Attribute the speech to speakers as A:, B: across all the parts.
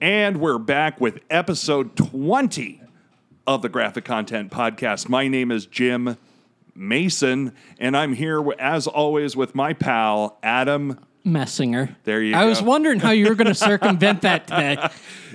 A: And we're back with episode 20 of the Graphic Content Podcast. My name is Jim Mason, and I'm here, as always, with my pal, Adam
B: Messinger.
A: There you
B: I was
A: go.
B: wondering how you were going to circumvent that today.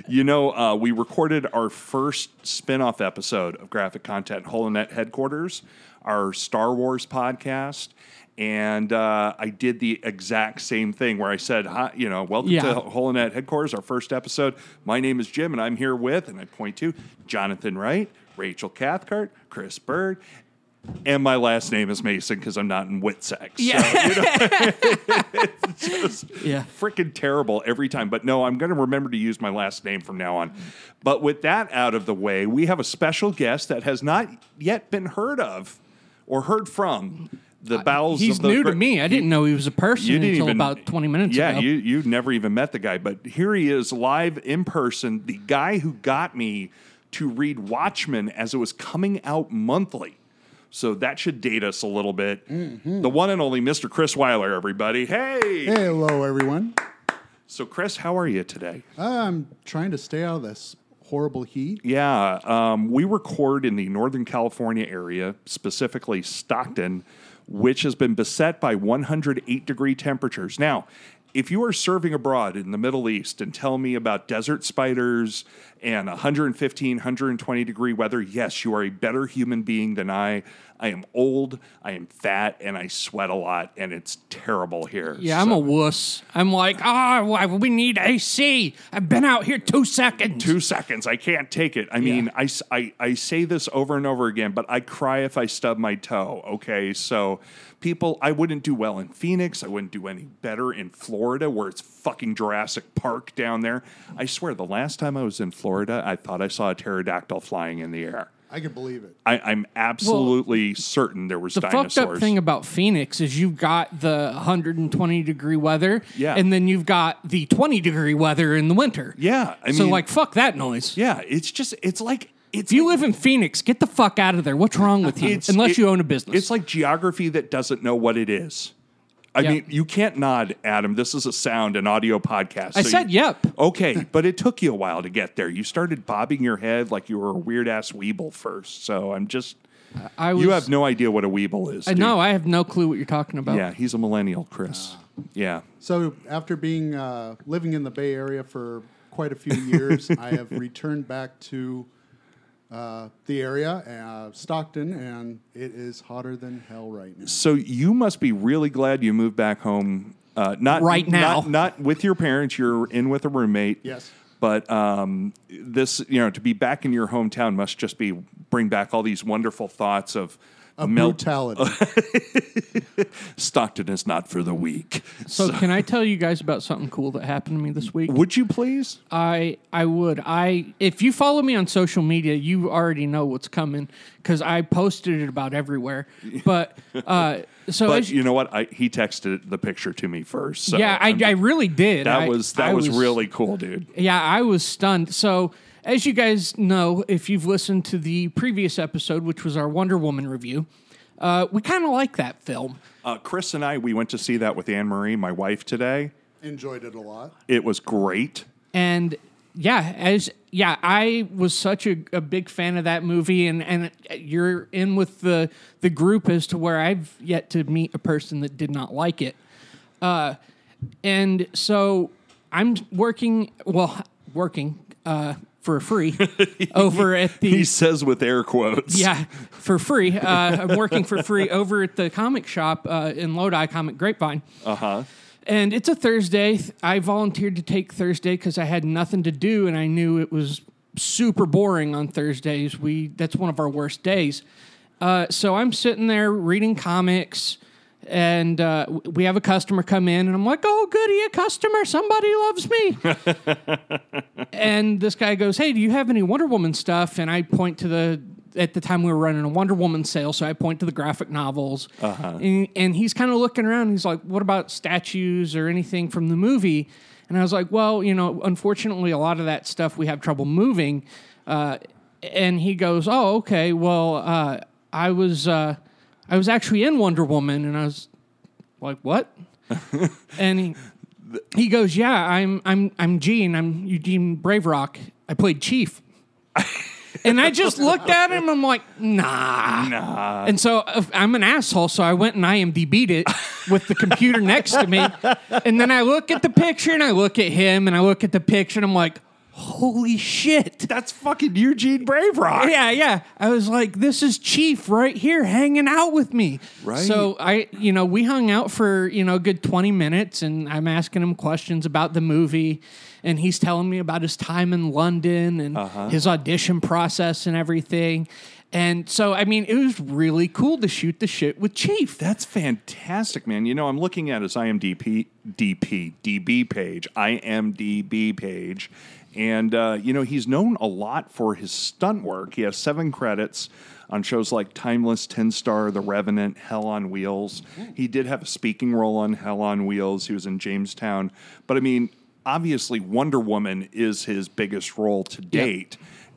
A: You know, uh, we recorded our first spin off episode of Graphic Content Holonet Headquarters, our Star Wars podcast. And uh, I did the exact same thing where I said, Hi, you know, welcome
B: Yeah.
A: to Holonet Headquarters, our first episode. My name is Jim, and I'm here with, and I point to Jonathan Wright, Rachel Cathcart, Chris Bird. And my last name is Mason because I'm not in Witsex.
B: Yeah.
A: So, you know,
B: Yeah.
A: freaking terrible every time. But no, I'm going to remember to use my last name from now on. But with that out of the way, we have a special guest that has not yet been heard of or heard from. The bowels.
B: Uh, He's
A: of the
B: new
A: gra-
B: to me. I didn't know he was a person
A: You didn't
B: until
A: even
B: about 20 minutes
A: yeah,
B: ago.
A: you you never even met the guy, but here he is live in person. The guy who got me to read Watchmen as it was coming out monthly. So that should date us a little bit.
B: Mm-hmm.
A: The one and only Mr. Chris Weiler, everybody. Hey.
C: Hello, everyone.
A: So Chris, how are you today?
C: I'm trying to stay out of this horrible heat.
A: Yeah, um, we record in the Northern California area, specifically Stockton, which has been beset by 108 degree temperatures. Now, if you are serving abroad in the Middle East and tell me about desert spiders and 115, 120 degree weather, yes, you are a better human being than I. I am old, I am fat, and I sweat a lot, and it's terrible here.
B: yeah, I'm
A: So-
B: a wuss. I'm like, oh, why- we need AC. I've been out here two seconds.
A: two seconds. I can't take it. I mean,
B: Yeah.
A: I, s- I- I say this over and over again, but I cry if I stub my toe. Okay. So, people, I wouldn't do well in Phoenix. I wouldn't do any better in Florida where it's fucking Jurassic Park down there. I swear, the last time I was in Florida, I thought I saw a pterodactyl flying in the air.
C: I can believe it.
A: I, I'm absolutely certain there was
B: the
A: dinosaurs.
B: fucked up thing about Phoenix is you've got the 120 degree weather,
A: Yeah.
B: and then you've got the 20 degree weather in the winter.
A: yeah. I
B: so
A: mean,
B: like, fuck that noise.
A: yeah, it's just, it's like, it's
B: If you live in Phoenix, get the fuck out of there. What's wrong with you?
A: It's-
B: Unless
A: it-
B: you own a business.
A: It's like geography that doesn't know what it is. I
B: Yep.
A: mean, you can't nod, Adam. This is a sound and audio podcast.
B: I said yep.
A: Okay, but it took you a while to get there. You started bobbing your head like you were a weird ass weeble first. So I'm just,
B: I was,
A: you have no idea what a weeble is.
B: I
A: do
B: know.
A: you?
B: I have Uh, no clue what you're talking about.
A: Yeah, he's a millennial, Chris. Yeah.
C: So, after being uh, living in the Bay Area for quite a few years, I have returned back to uh, the area, uh, Stockton, and it is hotter than hell right now.
A: So you must be really glad you moved back home. Uh, not
B: Right now.
A: not, not with your parents. You're in with a roommate.
C: Yes.
A: But um, this, you know, to be back in your hometown must just be bring back all these wonderful thoughts of,
C: A brutality.
A: Stockton is not for the weak.
B: So, can I tell you guys about something cool that happened to me this week?
A: Would you please?
B: I I would I if you follow me on social media, you already know what's coming because I posted it about everywhere. But uh, so
A: But
B: as
A: you know what? I, he texted the picture to me first. So
B: yeah, I,
A: I'm-
B: I really did.
A: that
B: I-
A: was that
B: I
A: was, really cool, dude.
B: yeah I was stunned. So as you guys know, if you've listened to the previous episode, which was our Wonder Woman review, uh, we kind of like that film.
A: Uh, Chris and I we went to see that with Anne Marie, my wife, today.
C: Enjoyed it a lot.
A: It was great.
B: and yeah as yeah i was such a, a big fan of that movie and and you're in with the the group as to where i've yet to meet a person that did not like it uh and so i'm working well working uh for free over at the
A: He says with air quotes.
B: yeah, for free. Uh, I'm working for free over at the comic shop uh, in Lodi, Comic Grapevine. Uh huh.
A: Uh-huh.
B: And it's a Thursday. Th- I volunteered to take Thursday because I had nothing to do, and I knew it was super boring on Thursdays. We that's one of our worst days. Uh, so I'm sitting there reading comics. And uh, w- we have a customer come in, and I'm like, "Oh, goody, a customer! Somebody loves me." and this guy goes, "Hey, do you have any Wonder Woman stuff?" And I point to the at the time we were running a Wonder Woman sale, so I point to the graphic novels, uh-huh. and, and he's kind of looking around. He's like, "What about statues or anything from the movie?" And I was like, "Well, you know, unfortunately, a lot of that stuff we have trouble moving." Uh, and he goes, "Oh, okay. Well, uh, I was uh, I was actually in Wonder Woman, and I was like, what?" and he, He goes, "Yeah, I'm I'm I'm Gene. I'm Eugene Braverock. I played Chief." and I just looked at him. I'm like, "Nah, nah." And so uh, I'm an asshole. So I went and IMDb'd it with the computer next to me, and then I look at the picture and I look at him and I look at the picture and I'm like, "Holy shit!"
A: That's fucking Eugene Brave Rock.
B: Yeah, yeah. I was like, this is Chief right here hanging out with me.
A: Right.
B: So I, you know, we hung out for, you know, a good 20 minutes and I'm asking him questions about the movie and he's telling me about his time in London and
A: Uh-huh.
B: his audition process and everything. And so, I mean, it was really cool to shoot the shit with Chief.
A: That's fantastic, man. You know, I'm looking at his IMDb DP, DB page, IMDb page, and uh, you know he's known a lot for his stunt work. He has seven credits on shows like Timeless, Ten Star, The Revenant, Hell on Wheels. He did have a speaking role on Hell on Wheels. He was in Jamestown, but I mean, obviously, Wonder Woman is his biggest role to date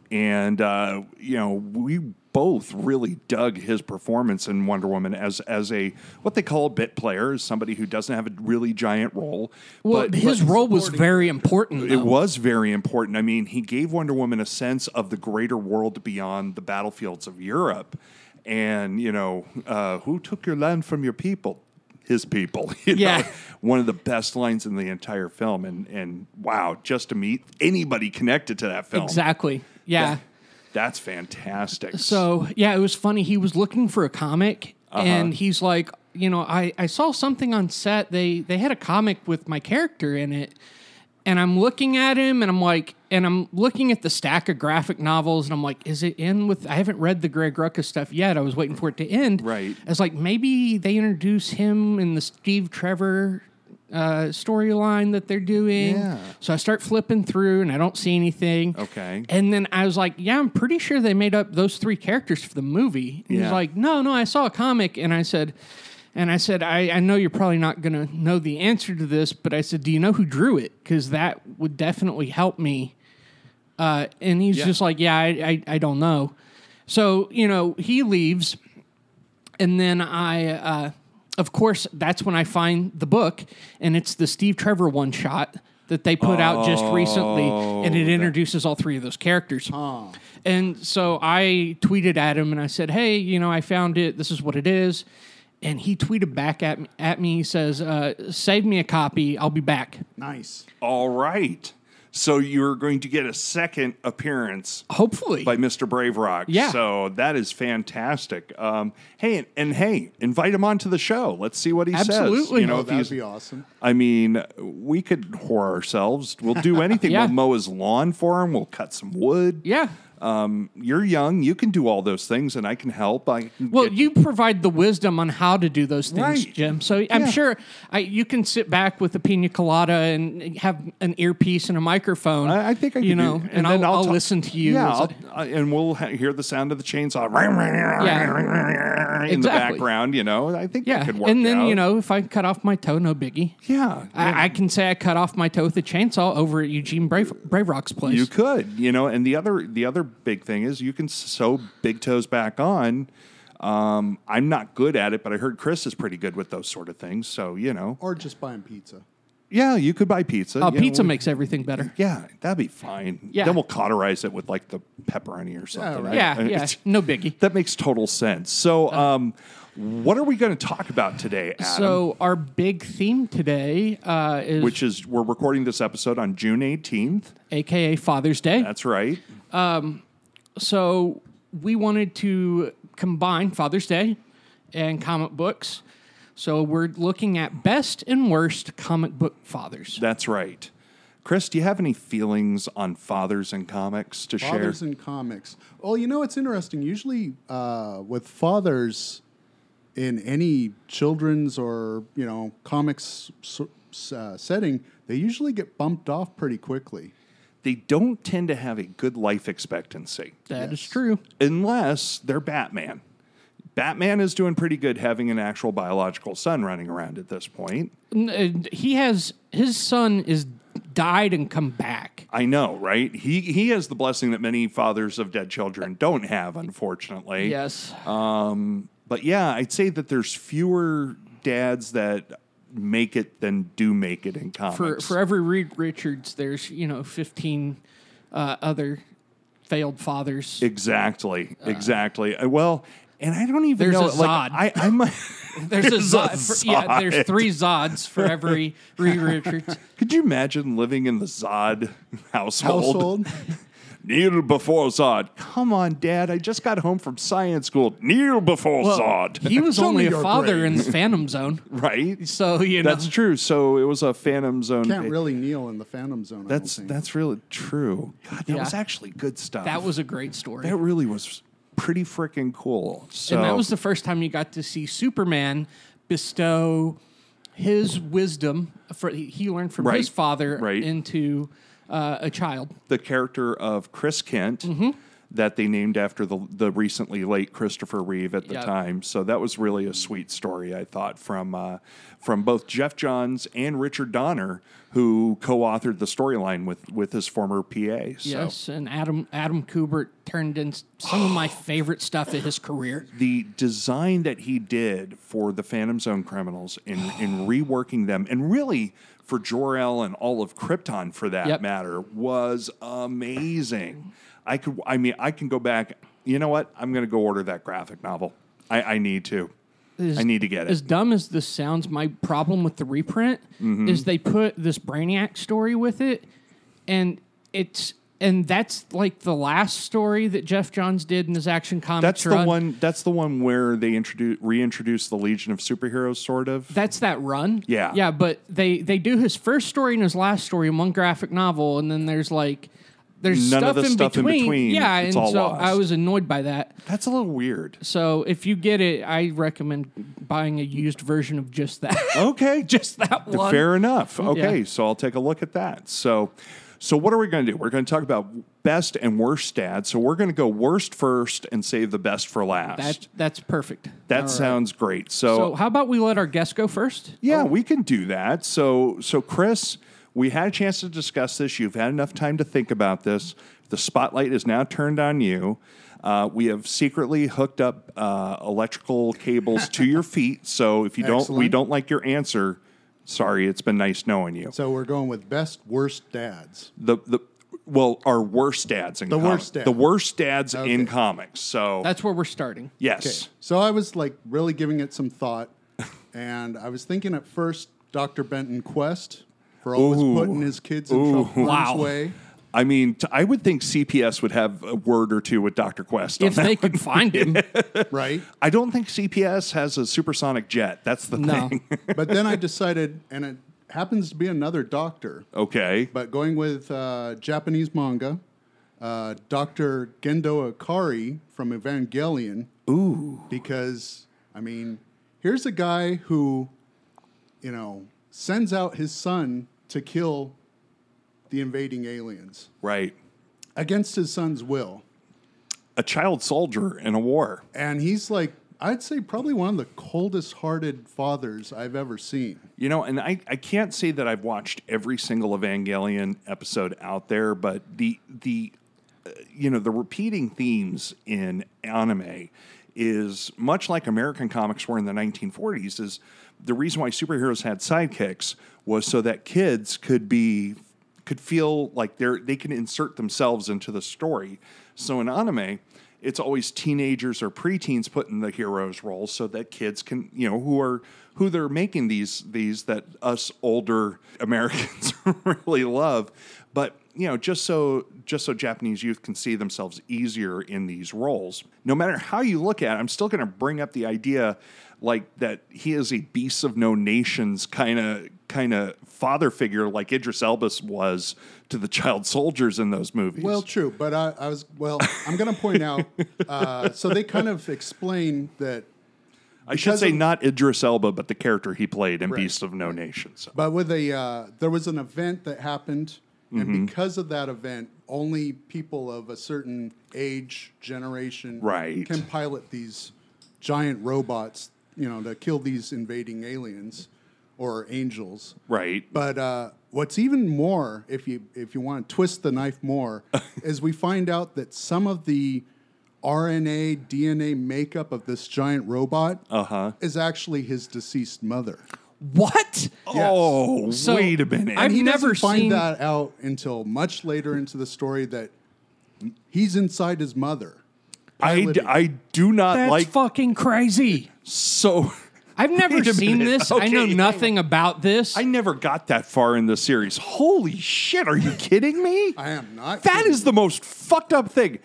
A: and uh, you know we both really dug his performance in Wonder Woman as as a what they call a bit player, as somebody who doesn't have a really giant role.
B: Well,
A: but-
B: his
A: but
B: role was very important.
A: it
B: though.
A: was very important. I mean, he gave Wonder Woman a sense of the greater world beyond the battlefields of Europe, and you know uh, who took your land from your people. His people, you know?
B: Yeah.
A: One of the best lines in the entire film, and and wow, just to meet anybody connected to that film,
B: Exactly. yeah.
A: that's fantastic.
B: So yeah, it was funny. He was looking for a comic,
A: Uh-huh.
B: and he's like, you know, I, I saw something on set. They they had a comic with my character in it, and I'm looking at him, and I'm like, and I'm looking at the stack of graphic novels, and I'm like, is it in with? I haven't read the Greg Rucka stuff yet. I was waiting for it to end.
A: Right.
B: I was like, maybe they introduce him in the Steve Trevor. Uh, storyline that they're doing.
A: Yeah.
B: So I start flipping through and I don't see anything.
A: Okay.
B: And then I was like, yeah, I'm pretty sure they made up those three characters for the movie. And
A: Yeah.
B: He's like, no, no, I saw a comic. And I said, and I said, I, I know you're probably not going to know the answer to this, but I said, do you know who drew it? Because that would definitely help me. Uh, and he's
A: Yeah.
B: just like, yeah, I, I, I don't know. So, you know, he leaves. And then I, uh, of course, that's when I find the book, and it's the Steve Trevor one shot that they put out just recently, and it introduces all three of those characters. And so I tweeted at him and I said, "Hey, you know, I found it. This is what it is." And he tweeted back at me, at me he says, uh, "Save me a copy. I'll be back.
C: Nice.
A: All right. So you're going to get a second appearance
B: Hopefully."
A: by Mr. Brave Rock.
B: Yeah.
A: So that is fantastic. Um, hey, and, and hey, invite him onto the show. Let's see what he says.
B: Absolutely.
A: You know,
B: Oh,
A: if
C: That'd
A: he's,
C: be awesome.
A: I mean, we could whore ourselves. We'll do anything.
B: Yeah.
A: We'll mow his lawn for him. We'll cut some wood.
B: yeah.
A: Um, you're young. You can do all those things, and I can help. I can
B: Well,
A: get-
B: you provide the wisdom on how to do those things,
A: Right.
B: Jim. So I'm
A: Yeah.
B: sure I, you can sit back with a pina colada and have an earpiece and a microphone.
A: I, I think I could
B: you
A: do-
B: know, and, I'll,
A: then
B: I'll,
A: ta-
B: listen to you.
A: Yeah,
B: as
A: I'll, I- and we'll ha- hear the sound of the chainsaw uh, in the
B: Exactly.
A: background. You know, I think
B: yeah.
A: that could work.
B: and then
A: out.
B: you know, if I cut off my toe, no biggie.
A: yeah,
B: I, I can say I cut off my toe with a chainsaw over at Eugene Brave, Brave Rock's place.
A: you could. You know, and the other the other big thing is you can sew big toes back on. Um, I'm not good at it, but I heard Chris is pretty good with those sort of things. So you know,
C: Or just buying pizza.
A: yeah, you could buy pizza.
B: Uh,
A: you know,
B: pizza
A: we-
B: makes everything better.
A: Yeah, that'd be fine.
B: Yeah.
A: Then we'll cauterize it with like the pepperoni or something.
C: right.
A: I-
B: Yeah,
A: I-
B: yeah,
A: it's-
B: no biggie.
A: That makes total sense. So, um, what are we going to talk about today, Adam?
B: So our big theme today uh, is,
A: Which is, we're recording this episode on June 18th.
B: aka Father's Day.
A: That's right.
B: so we wanted to combine Father's Day and comic books. So we're looking at best and worst comic book fathers.
A: That's right. Chris, do you have any feelings on fathers and comics to
C: Fathers
A: share?
C: in comics. Well, you know, it's interesting. Usually, uh, with fathers in any children's or you know comics so- uh, setting, they usually get bumped off pretty quickly.
A: they don't tend to have a good life expectancy
B: That is
C: Yes.
B: true.
A: unless they're Batman. Batman is doing pretty good having an actual biological son running around at this point.
B: N- and He has his son is died and come back.
A: I know, right? He he has the blessing that many fathers of dead children don't have, unfortunately.
B: Yes.
A: But yeah, I'd say that there's fewer dads that make it than do make it in comics.
B: For for every Reed Richards, there's you know fifteen uh, other failed fathers.
A: Exactly. Exactly. Uh, well, and I don't even
B: There's
A: know.
B: a
A: like,
B: Zod.
A: I, I might,
B: There's,
A: there's
B: a
A: a
B: Zod. for- yeah, there's
A: Zod.
B: three Zods for every Reed Richards.
A: could you imagine living in the Zod household?
C: Household.
A: Kneel before Zod. Come on, Dad. I just got home from science school. Kneel before Zod.
B: He was
C: Show me
B: only a
C: your
B: father
C: brain.
B: in the Phantom Zone,
A: Right.
B: so you know.
A: That's true. So it was a Phantom Zone.
C: Can't really kneel in the Phantom Zone. I
A: that's
C: don't think.
A: that's really true. God, that
B: Yeah.
A: was actually good stuff.
B: That was a great story.
A: that really was pretty freaking cool. So
B: and that was the first time you got to see Superman bestow his wisdom for he learned from
A: Right,
B: his father
A: right.
B: into uh, a child.
A: the character of Chris Kent that they named after the the recently late Christopher Reeve at the
B: Yeah.
A: time. So that was really a sweet story I thought from uh, from both Jeff Johns and Richard Donner, who co-authored the storyline with with his former PA. So.
B: Yes, and Adam Adam Kubert turned in some of my favorite stuff of his career.
A: the design that he did for the Phantom Zone criminals in in reworking them, and really for Jor El and all of Krypton for that
B: Yep.
A: matter, was amazing. I could, I mean, I can go back. You know what? I'm going to go order that graphic novel. I, I need to. I need to get
B: As
A: it.
B: dumb as this sounds, my problem with the reprint
A: Mm-hmm.
B: is they put this Brainiac story with it, and it's and that's like the last story that Jeff Johns did in his Action Comics
A: That's the
B: run.
A: one. That's the one where they introduce reintroduce the Legion of Superheroes, sort of.
B: That's that run.
A: Yeah.
B: Yeah, but they they do his first story and his last story in one graphic novel, and then there's like there's
A: None of
B: stuff,
A: the
B: in,
A: stuff in
B: between.
A: between,
B: Yeah,
A: it's
B: and
A: all
B: so
A: lost.
B: I was annoyed by that.
A: That's a little weird.
B: So if you get it, I recommend buying a used version of just that.
A: Okay, just
B: that one.
A: Fair enough. Okay, so I'll take a look at that. So, so what are we going to do? We're going to talk about best and worst stats. So we're going to go worst first and save the best for last.
B: that that's perfect.
A: that sounds great. So,
B: So how about we let our guest go first?
C: Oh.
A: yeah, we can do that. So, so Chris, we had a chance to discuss this. You've had enough time to think about this. The spotlight is now turned on you. Uh, we have secretly hooked up uh, electrical cables to your feet. So if you don't, we
C: Excellent.
A: don't like your answer. Sorry, it's been nice knowing you.
C: So we're going with best worst dads.
A: the the well, our worst dads in
C: The
A: comics.
C: worst dad.
A: the worst dads in
C: Okay.
A: comics. So
B: That's where we're starting.
A: yes,
C: So I was like really giving it some thought, and I was thinking at first Dr. Benton Quest for always
A: Ooh.
C: putting his kids in
A: Ooh.
C: trouble harm's
B: Wow.
C: way.
A: I mean, t- I would think CPS would have a word or two with Doctor Quest. On
B: If
A: that.
B: they could find him,
C: Right.
A: I don't think CPS has a supersonic jet. That's the
B: no.
A: thing.
C: But then I decided, and it happens to be another doctor,
A: Okay,
C: but going with uh, Japanese manga, uh, Dr. Gendo Akari from Evangelion. Ooh. Because, I mean, here's a guy who, you know, sends out his son to kill the invading aliens
A: right.
C: against his son's will.
A: A child soldier in a war.
C: And he's like, I'd say probably one of the coldest hearted fathers I've ever seen.
A: You know, and I, I can't say that I've watched every single Evangelion episode out there, but the the uh, you know the repeating themes in anime is much like American comics were in the 1940s. Is the reason why superheroes had sidekicks was so that kids could be could feel like they're they can insert themselves into the story. So in anime, it's always teenagers or preteens put in the hero's role so that kids can, you know, who are who they're making these these that us older Americans really love. But you know, just so just so Japanese youth can see themselves easier in these roles. No matter how you look at it, I'm still going to bring up the idea like that he is a beast of no nations kind of kind of father figure like Idris Elbus was to the child soldiers in those movies.
C: Well, true, but I, I was well. I'm going to point out. Uh, so they kind of explain that,
A: I should
C: because
A: say
C: of-
A: not Idris Elba, but the character he played in Beast of No Nation. So.
C: but with a uh, there was an event that happened, and because of that event, only people of a certain age generation
A: Right.
C: can pilot these giant robots, you know, to kill these invading aliens or angels.
A: Right.
C: But uh, what's even more, if you if you want to twist the knife more, is we find out that some of the RNA DNA makeup of this giant robot uh-huh. is actually his deceased mother.
B: What?
A: Oh,
B: So,
A: wait a minute.
B: I've
C: he
B: never
C: doesn't find
B: seen-
C: that out until much later into the story that he's inside his mother.
A: I, d-
C: Living.
A: I do not
B: That's
A: like
B: fucking crazy.
A: so.
B: I've never
A: Wait a
B: seen
A: minute.
B: this. I know
A: Okay.
B: nothing about this.
A: I never got that far in the series. Holy shit! Are you kidding me?
C: I am not.
A: That
C: kidding.
A: is the most fucked up thing.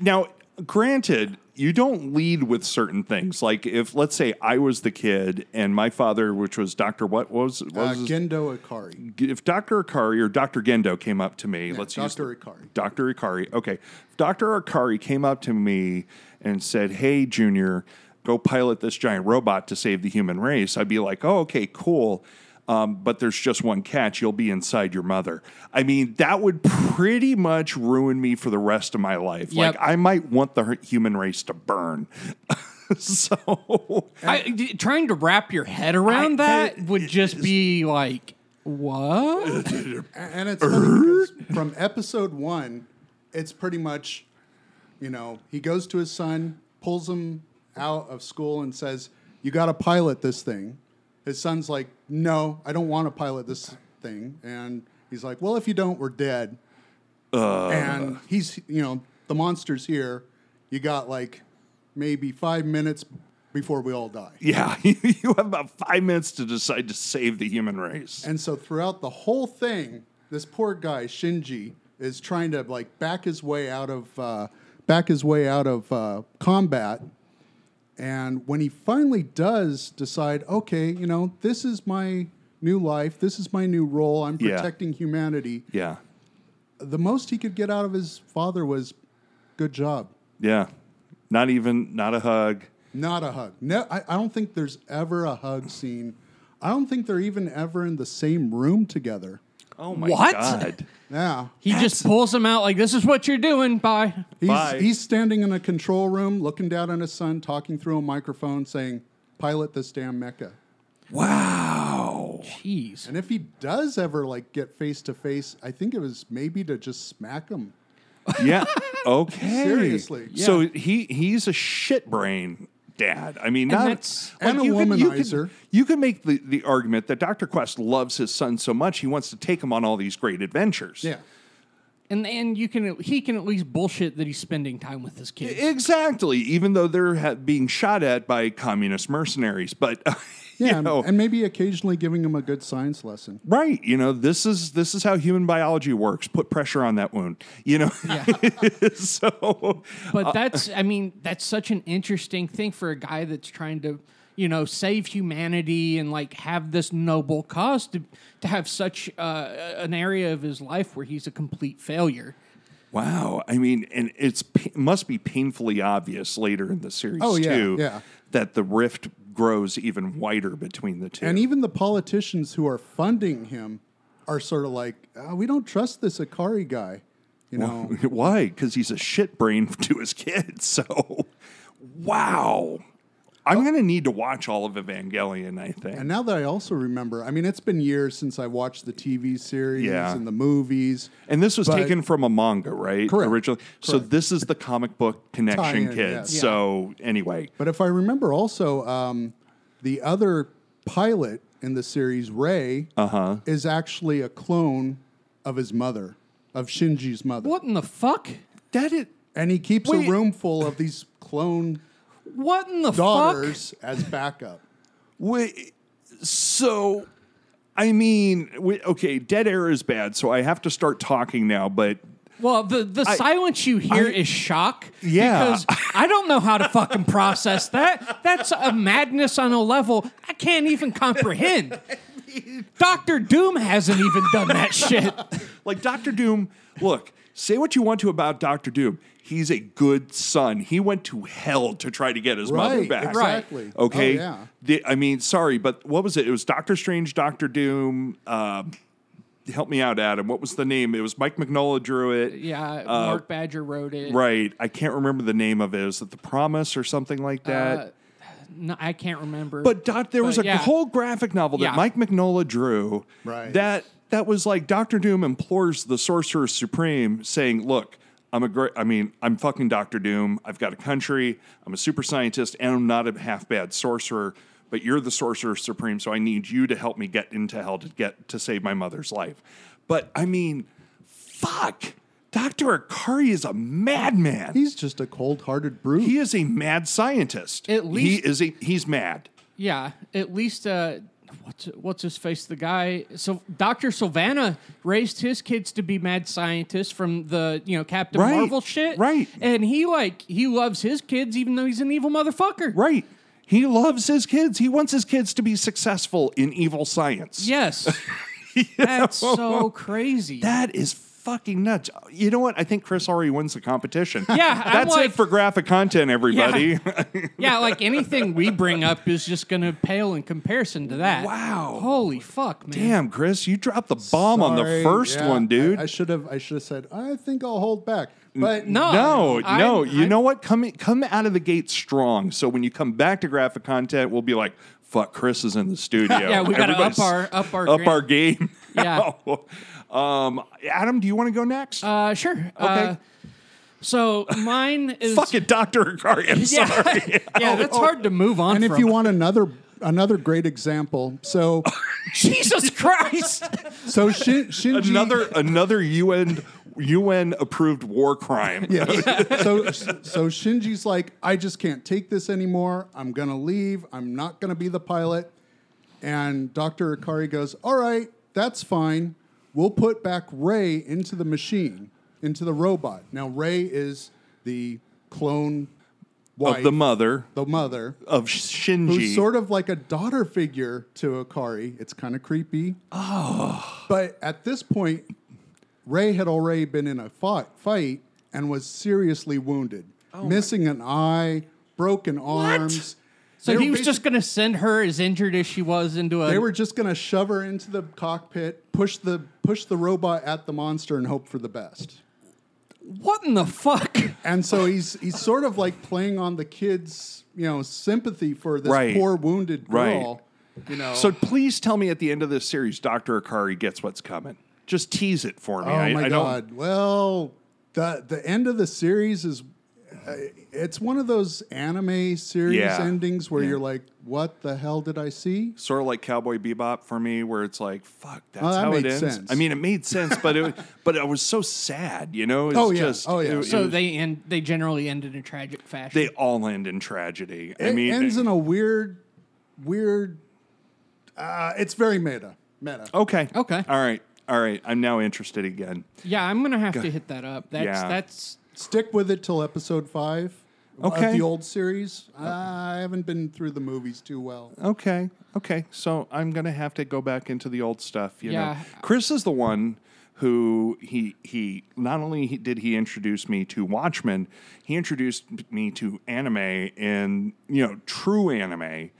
A: Now, granted, you don't lead with certain things. Like if, let's say, I was the kid and my father, which was Doctor, what was what
C: uh,
A: was his-
C: Gendo Ikari.
A: if Doctor Akari or Doctor Gendo came up to me, let's use
C: Dr.
A: the-
C: Ikari.
A: Dr. Ikari. Okay, if Doctor Akari came up to me and said, "Hey, Junior, go pilot this giant robot to save the human race." I'd be like, "Oh, okay, cool." Um, but there's just one catch. You'll be inside your mother. I mean, that would pretty much ruin me for the rest of my life.
B: Yep.
A: Like, I might want the hu- human race to burn. so,
B: I, d- trying to wrap your head around
A: I-
B: that,
A: that
B: would just be like, what?
C: A- And it's funny because from episode one, it's pretty much, you know, he goes to his son, pulls him out of school, and says, "You got to pilot this thing." His son's like, "No, I don't want to pilot this thing," and he's like, "Well, if you don't, we're dead." and he's, you know, the monster's here. You got like maybe five minutes before we all die.
A: yeah, you have about five minutes to decide to save the human race.
C: And so throughout the whole thing, this poor guy Shinji is trying to like back his way out of uh, back his way out of uh, combat. And when he finally does decide, okay, you know, this is my new life. This is my new role. I'm
A: Yeah.
C: protecting humanity.
A: Yeah.
C: The most he could get out of his father was, "Good job."
A: Yeah. Not even, not a hug.
C: Not a hug. No, I, I don't think there's ever a hug scene. I don't think they're even ever in the same room together.
A: Oh my
B: What?
A: God.
C: Yeah.
B: He just pulls him out like, this is what you're doing. Bye.
C: He's,
A: Bye.
C: he's standing in a control room, looking down at his son, talking through a microphone, saying, "Pilot this damn mecha."
A: Wow.
B: Jeez.
C: And if he does ever like get face to face, I think it was maybe to just smack him.
A: Yeah. Okay.
C: Seriously, yeah.
A: So he he's a shit brain dad. I mean, not
B: that's-
C: And a
A: you could- you could-
C: womanizer.
A: you can make the, the argument that Dr. Quest loves his son so much he wants to take him on all these great adventures.
C: Yeah,
B: And and you can he can at least bullshit that he's spending time with his kids.
A: Exactly. Even though they're ha- being shot at by communist mercenaries, but
C: yeah,
A: you
C: and-
A: know,
C: and, maybe occasionally giving him a good science lesson.
A: right? You know, this is this is how human biology works. Put pressure on that wound. You know, so
B: But
A: uh,
B: that's I mean that's such an interesting thing for a guy that's trying to you know save humanity and like have this noble cause to to have such uh, an area of his life where he's a complete failure.
A: Wow. I mean, and it's pa- must be painfully obvious later in the series
C: Oh, yeah,
A: too
C: yeah.
A: that the rift grows even wider between the two.
C: And even the politicians who are funding him are sort of like, "Ah, "We don't trust this Akari guy." You know,
A: Why? Because he's a shit brain to his kids. So, wow. I'm going to need to watch all of Evangelion, I think.
C: Oh. And now that I also remember, I mean, it's been years since I watched the TV series
A: Yeah.
C: and the movies.
A: And this was
C: But-
A: taken from a manga, right?
C: Correct.
A: Originally. So this is the comic book connection,
C: Tie-in,
A: kids.
C: yes.
A: So anyway,
C: But if I remember also, um, the other pilot in the series, Ray, uh-huh. is actually a clone of his mother, of Shinji's mother.
B: What in the fuck?
A: that it.
C: And he keeps
A: Wait.
C: a room full of these clone
B: What in the fuck?
C: daughters as backup.
A: Wait, so I mean, wait, okay, dead air is bad, so I have to start talking now. But
B: Well, the, the silence you hear
A: I-
B: is shock.
A: Yeah.
B: Because I don't know how to fucking process that. That's a madness on a level I can't even comprehend. Doctor Doom hasn't even done that shit.
A: like Doctor Doom, look, say what you want to about Doctor Doom, he's a good son. He went to hell to try to get his mother
C: Right,
A: back.
C: exactly. Oh,
A: Okay.
C: yeah.
A: The- I mean, sorry, but what was it? It was Doctor Strange, Doctor Doom. Um, help me out, Adam. What was the name? It was Mike McNulty drew it.
B: Yeah, Mark Badger wrote it.
A: Uh, Right. I can't remember the name of it. Is it The Promise or something like that?
C: Uh,
B: No, I can't remember.
A: But Doc, there was
B: But
A: a
B: yeah.
A: whole graphic novel that
B: Yeah.
A: Mike Mignola drew.
C: Right.
A: That that was like Doctor Doom implores the Sorcerer Supreme, saying, "Look, I'm a great. I mean, I'm fucking Doctor Doom. I've got a country. I'm a super scientist, and I'm not a half bad sorcerer." but you're the sorcerer supreme, so I need you to help me get into hell to get to save my mother's life. But I mean, fuck. Dr. Akari is a madman.
C: He's just a cold-hearted brute.
A: he is a mad scientist.
B: At least-
A: he is a he's mad.
B: Yeah, at least uh, what's what's his face? The guy, so Doctor Sylvana raised his kids to be mad scientists from the you know Captain
A: Right,
B: Marvel shit,
A: right.
B: And he like he loves his kids even though he's an evil motherfucker.
A: Right. He loves his kids. He wants his kids to be successful in evil science.
B: Yes, that's so crazy.
A: That is fucking nuts. You know what? I think Chris already wins the competition.
B: Yeah, I'm
A: That's
B: like-
A: it for graphic content, everybody.
B: yeah, like anything we bring up is just gonna pale in comparison to that.
A: Wow.
B: holy fuck, man!
A: Damn, Chris, you dropped the bomb on the
C: Sorry,
A: first
C: yeah,
A: one, dude.
C: I, I should have. I should have said. I think I'll hold back. But
B: No,
A: no,
B: I-
A: no.
B: I-
A: you know what? Come come out of the gate strong. So when you come back to graphic content, we'll be like, "Fuck, Chris is in the studio."
B: Yeah, we gotta up
A: Everybody's
B: our- up our
A: up
B: gra-
A: our game.
B: Yeah.
A: now. um, Adam, do you want to go next?
B: Uh, sure. Okay. Uh, so mine is
A: Fucking Doctor Akari. I'm
B: Yeah,
A: sorry.
B: yeah, that's hard to move on.
C: and if
B: from.
C: you want another another great example, so
B: Jesus Christ!
C: so Shin, Shinji
A: another another UN UN approved war crime.
C: Yes. So so Shinji's like, I just can't take this anymore. I'm gonna leave. I'm not gonna be the pilot. And Dr. Ikari goes, All right, that's fine. We'll put back Ray into the machine, into the robot. Now Ray is the clone wife,
A: Of the mother
C: the mother,
A: of
C: who's
A: Shinji.
C: sort of like a daughter figure to Akari. It's kind of creepy. Oh.
B: Ah.
C: But at this point, Ray had already been in a fight, fight and was seriously wounded,
B: Oh
C: missing an eye, broken arms.
B: So
C: They
B: he
C: were
B: was
C: basi-
B: just going to send her as injured as she was into a.
C: They were just going to shove her into the cockpit, push the push the robot at the monster, and hope for the best.
B: what in the fuck?
C: And so he's he's sort of like playing on the kids, you know, sympathy for this
A: Right.
C: poor wounded
A: Right.
C: girl. You know,
A: so please tell me at the end of this series, Doctor Akari gets what's coming. Just tease it for me.
C: Oh
A: I,
C: my
A: I don't-
C: god! Well, the the end of the series is uh, it's one of those anime series
A: Yeah.
C: endings where you're like, "What the hell did I see?"
A: Sort of like Cowboy Bebop for me, where it's like, fuck, that's
C: that
A: how it
C: made
A: ends.
C: sense.
A: I mean, it made sense, but it but I was so sad, you know. It's
C: Oh, yeah.
A: just,
C: Oh, yeah.
A: it- it
B: So
A: was-
B: they end. They generally end in a tragic fashion.
A: they all end in tragedy. I
C: It
A: mean, eh.
C: ends in a weird, weird. Uh, it's very meta. Meta.
A: okay,
B: Okay.
A: all right, all right. I'm now interested again.
B: yeah, I'm going to have to hit that up. That's
A: Yeah.
B: that's.
C: Stick with it till episode five.
A: Okay.
C: Of the old series, I haven't been through the movies too well.
A: Okay. Okay. So I'm gonna have to go back into the old stuff. You know,
B: Yeah.
A: Chris is the one who he he not only he- did he introduce me to Watchmen, he introduced me to anime and you know true anime.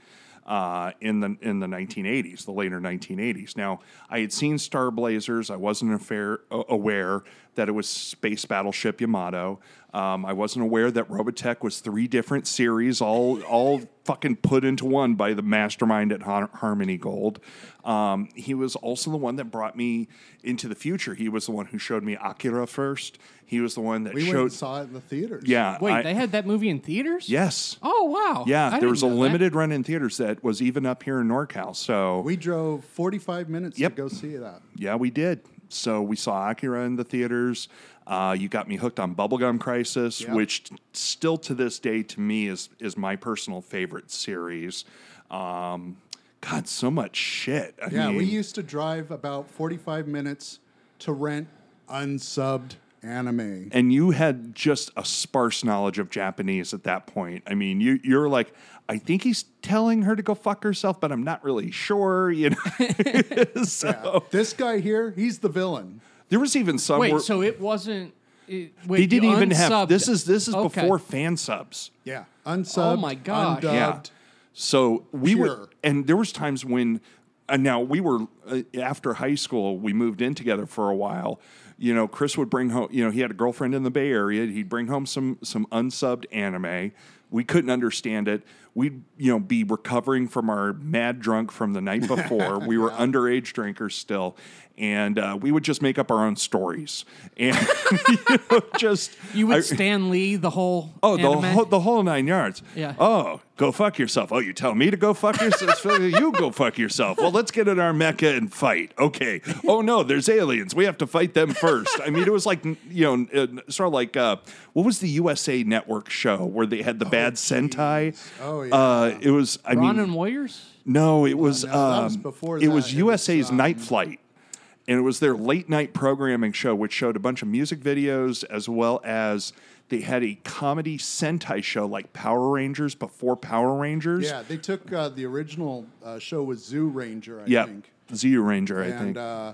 A: Uh, in the in the 1980s, the later 1980s. Now, I had seen Star Blazers. I wasn't affair, a- aware that it was Space Battleship Yamato. Um, I wasn't aware that Robotech was three different series, all all fucking put into one by the mastermind at Har- Harmony Gold. Um, he was also the one that brought me into the future. He was the one who showed me Akira first. He was the one that
C: We went
A: showed.
C: and saw it in the theaters.
A: yeah,
B: Wait,
A: I-
B: they had that movie in theaters.
A: yes,
B: Oh wow.
A: yeah.
B: I
A: there
B: didn't
A: was a
B: know that.
A: limited run in theaters that was even up here in NorCal. So
C: we drove forty-five minutes
A: Yep.
C: to go see that.
A: Yeah, we did. So we saw Akira in the theaters. Uh, you got me hooked on Bubblegum Crisis,
C: Yep.
A: which t- still to this day to me is is my personal favorite series. Um, God, so much shit. I
C: Yeah,
A: mean,
C: we used to drive about 45 minutes to rent unsubbed anime.
A: and you had just a sparse knowledge of Japanese at that point. I mean, you you're like, I think he's telling her to go fuck herself, but I'm not really sure. You know, so
C: This guy here, he's the villain.
A: there was even some
B: Wait,
A: where
B: so it wasn't. It, wait,
A: they didn't
B: you
A: even have
B: unsubbed-
A: this is this is
B: Okay.
A: before fan subs.
C: Yeah,
A: Oh
C: unsubbed.
B: my gosh.
C: Undubbed.
A: Yeah. So we were,
C: Pure.
A: and there was times when, and now we were uh, after high school, we moved in together for a while. You know, Chris would bring home. You know, he had a girlfriend in the Bay Area. He'd bring home some some unsubbed anime. We couldn't understand it. We'd you know be recovering from our mad drunk from the night before. we were underage drinkers still, and uh, we would just make up our own stories and you know, just
B: You would
A: I-
B: Stan Lee the whole.
A: Oh, the
B: anime?
A: whole, the whole nine yards.
B: Yeah.
A: Oh, go fuck yourself. Oh, you tell me to go fuck yourself. you go fuck yourself. Well, let's get in our mecha and fight. Okay. Oh no, there's aliens. We have to fight them first. I mean, it was like you know, uh, sort of like uh, what was the USA Network show where they had the bad Sentai?
C: Oh, yeah.
A: Uh, it was. I
B: Ron
A: mean,
B: and Warriors.
A: no, it was.
C: no, that was
A: um,
C: before
A: It
C: that.
A: was
C: It
A: USA's
C: was, um,
A: Night Flight, and it was their late night programming show, which showed a bunch of music videos as well as they had a comedy Sentai show like Power Rangers before Power Rangers.
C: Yeah, they took uh, the original uh, show was Zoo Ranger, I
A: Yep.
C: think,
A: Zeo Ranger, I
C: and
A: think.
C: uh,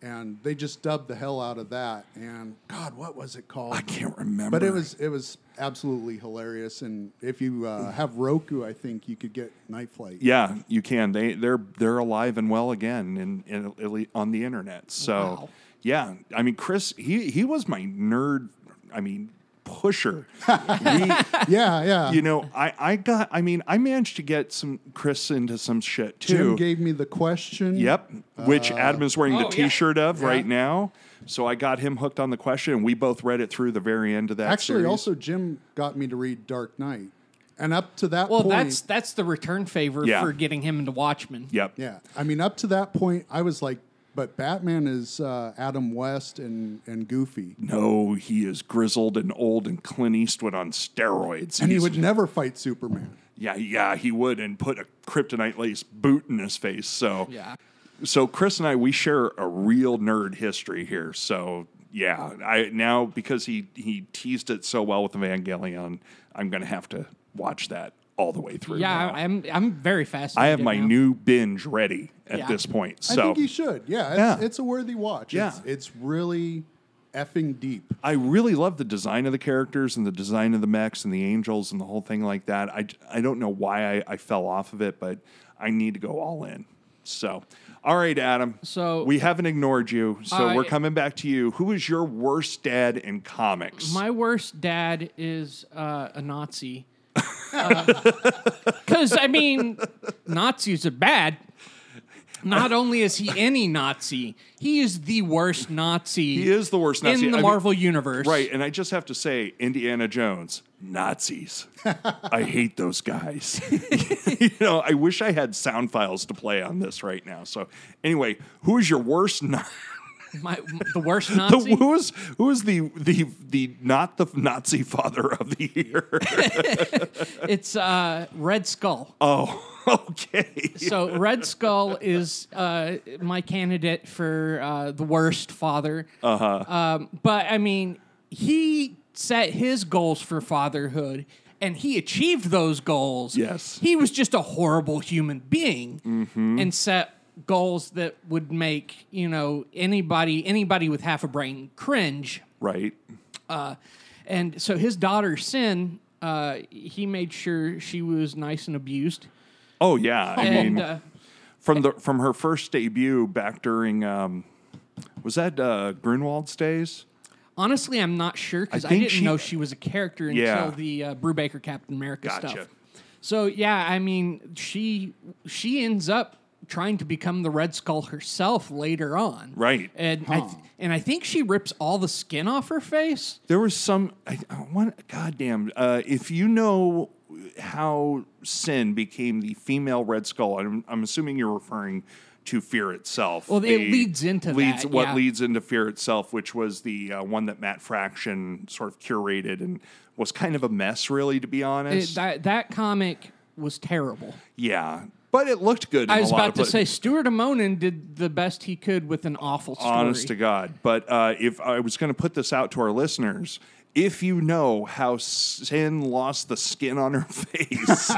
C: and they just dubbed the hell out of that. And God, what was it called?
A: I can't remember.
C: But it was it was absolutely hilarious. And if you uh, have Roku, I think you could get Night Flight.
A: Mm. Yeah, you can. They they're they're alive and well again in, in, at lea- on the internet. So
B: Wow.
A: yeah, I mean Chris, he he was my nerd. I mean pusher. we,
C: yeah, yeah.
A: you know, I, I got, I mean, I managed to get some Chris into some shit
C: Jim
A: too.
C: gave me uh, the question.
A: yep. Which Adam is wearing
B: Oh,
A: the
B: yeah.
A: t shirt of right now. So I got him hooked on the question and we both read it through the very end of that.
C: Actually,
A: series.
C: also Jim got me to read Dark Knight, and up to that
B: Well,
C: point,
B: that's that's the return favor
A: Yeah.
B: for getting him into Watchmen.
A: Yep.
C: Yeah, I mean, up to that point, I was like, but Batman is uh, Adam West and and Goofy,
A: No, he is grizzled and old and Clint Eastwood on steroids.
C: and he
A: He's-
C: would never fight Superman.
A: yeah, yeah, he would and put a kryptonite lace boot in his face. So,
B: Yeah.
A: so Chris and I we share a real nerd history here. So yeah, I now because he he teased it so well with Evangelion, I'm gonna have to watch that all the way through.
B: Yeah,
A: now.
B: I, I'm I'm very fascinated.
A: I have my
B: now.
A: new binge ready at
B: Yeah.
A: this point.
C: I
A: So
C: think you should. Yeah, it's,
A: Yeah.
C: it's a worthy watch. It's,
A: Yeah.
C: it's really effing deep.
A: I really love the design of the characters and the design of the mechs and the angels and the whole thing like that. I, I don't know why I, I fell off of it, but I need to go all in. So, all right, Adam.
B: So-
A: we haven't ignored you. So
B: Uh,
A: we're coming back to you. Who is your worst dad in comics?
B: My worst dad is uh, a Nazi. Because, I mean, Nazis are bad. Not only is he any Nazi, he is the worst Nazi.
A: he is the worst Nazi
B: in the
A: I mean-
B: Marvel universe.
A: right, and I just have to say, Indiana Jones, Nazis. I hate those guys. you know, I wish I had sound files to play on this right now. So, anyway, who is your worst? Na-
B: My, the worst
A: The,
B: Nazi?
A: who is who is the the the not the Nazi father of the year?
B: it's uh, Red Skull.
A: Oh, okay.
B: so Red Skull is uh, my candidate for uh, the worst father. Uh-huh. Um, but I mean, he set his goals for fatherhood, and he achieved those goals.
A: Yes.
B: he was just a horrible human being, and set goals that would make you know anybody anybody with half a brain cringe.
A: Right.
B: Uh, and so his daughter Sin, uh, he made sure she was nice and abused.
A: Oh yeah. I
B: And
A: mean,
B: uh,
A: from the from her first debut back during um, was that uh, Grunwald's days?
B: Honestly, I'm not sure because I,
A: think
B: didn't
A: she-
B: know she was a character until
A: Yeah.
B: the uh, Brubaker Captain America
A: Gotcha.
B: stuff. So yeah, I mean, she she ends up trying to become the Red Skull herself later on,
A: Right.
B: And I th- and I think she rips all the skin off her face.
A: There was some. I, I want. Goddamn. Uh, if you know how Sin became the female Red Skull, I'm, I'm assuming you're referring to Fear itself.
B: Well, it
A: The-
B: leads into
A: leads
B: that,
A: what
B: yeah.
A: leads into Fear itself, which was the uh, one that Matt Fraction sort of curated and was kind of a mess, really, to be honest.
B: It- that that comic was terrible.
A: yeah, but it looked good. in
B: I
A: a
B: was
A: lot
B: about
A: of
B: to
A: pla-
B: say Stuart Amonin did the best he could with an awful story.
A: Honest to God. But uh, if I was going to put this out to our listeners, if you know how Sin lost the skin on her face,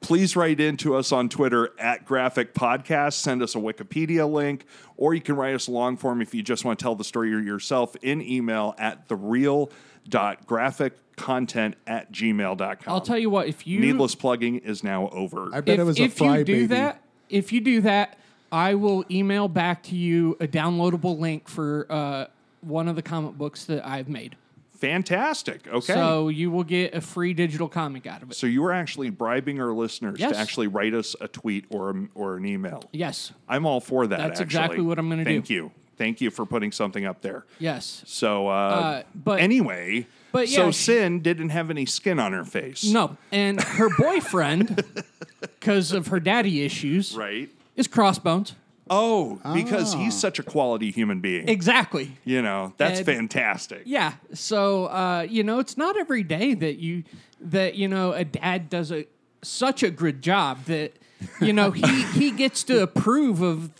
A: please write in to us on Twitter at Graphic Podcast. Send us a Wikipedia link, or you can write us long form if you just want to tell the story yourself in email at the real dot graphic content at gmail.com.
B: I'll tell you what, if you
A: Needless plugging is now over.
C: I bet it was a fry
B: you do
C: baby.
B: that, if you do that, I will email back to you a downloadable link for uh, one of the comic books that I've made.
A: Fantastic. Okay. So,
B: So you will get a free digital comic out of it.
A: you were actually bribing our listeners
B: Yes.
A: to actually write us a tweet or a, or an email.
B: Yes.
A: I'm all for that.
B: That's
A: actually.
B: exactly what I'm gonna do.
A: Thank you. Thank you for putting something up there.
B: Yes.
A: So, uh,
B: but-
A: anyway,
B: but
A: so
B: yeah, she-
A: Sin didn't have any skin on her face.
B: No. And her boyfriend, because of her daddy issues,
A: Right.
B: is Crossbones.
A: Oh, because
C: Ah.
A: he's such a quality human being.
B: Exactly.
A: you know, that's
B: And-
A: fantastic.
B: Yeah. So uh, you know, it's not every day that you that you know a dad does a such a good job that you know he he gets to approve of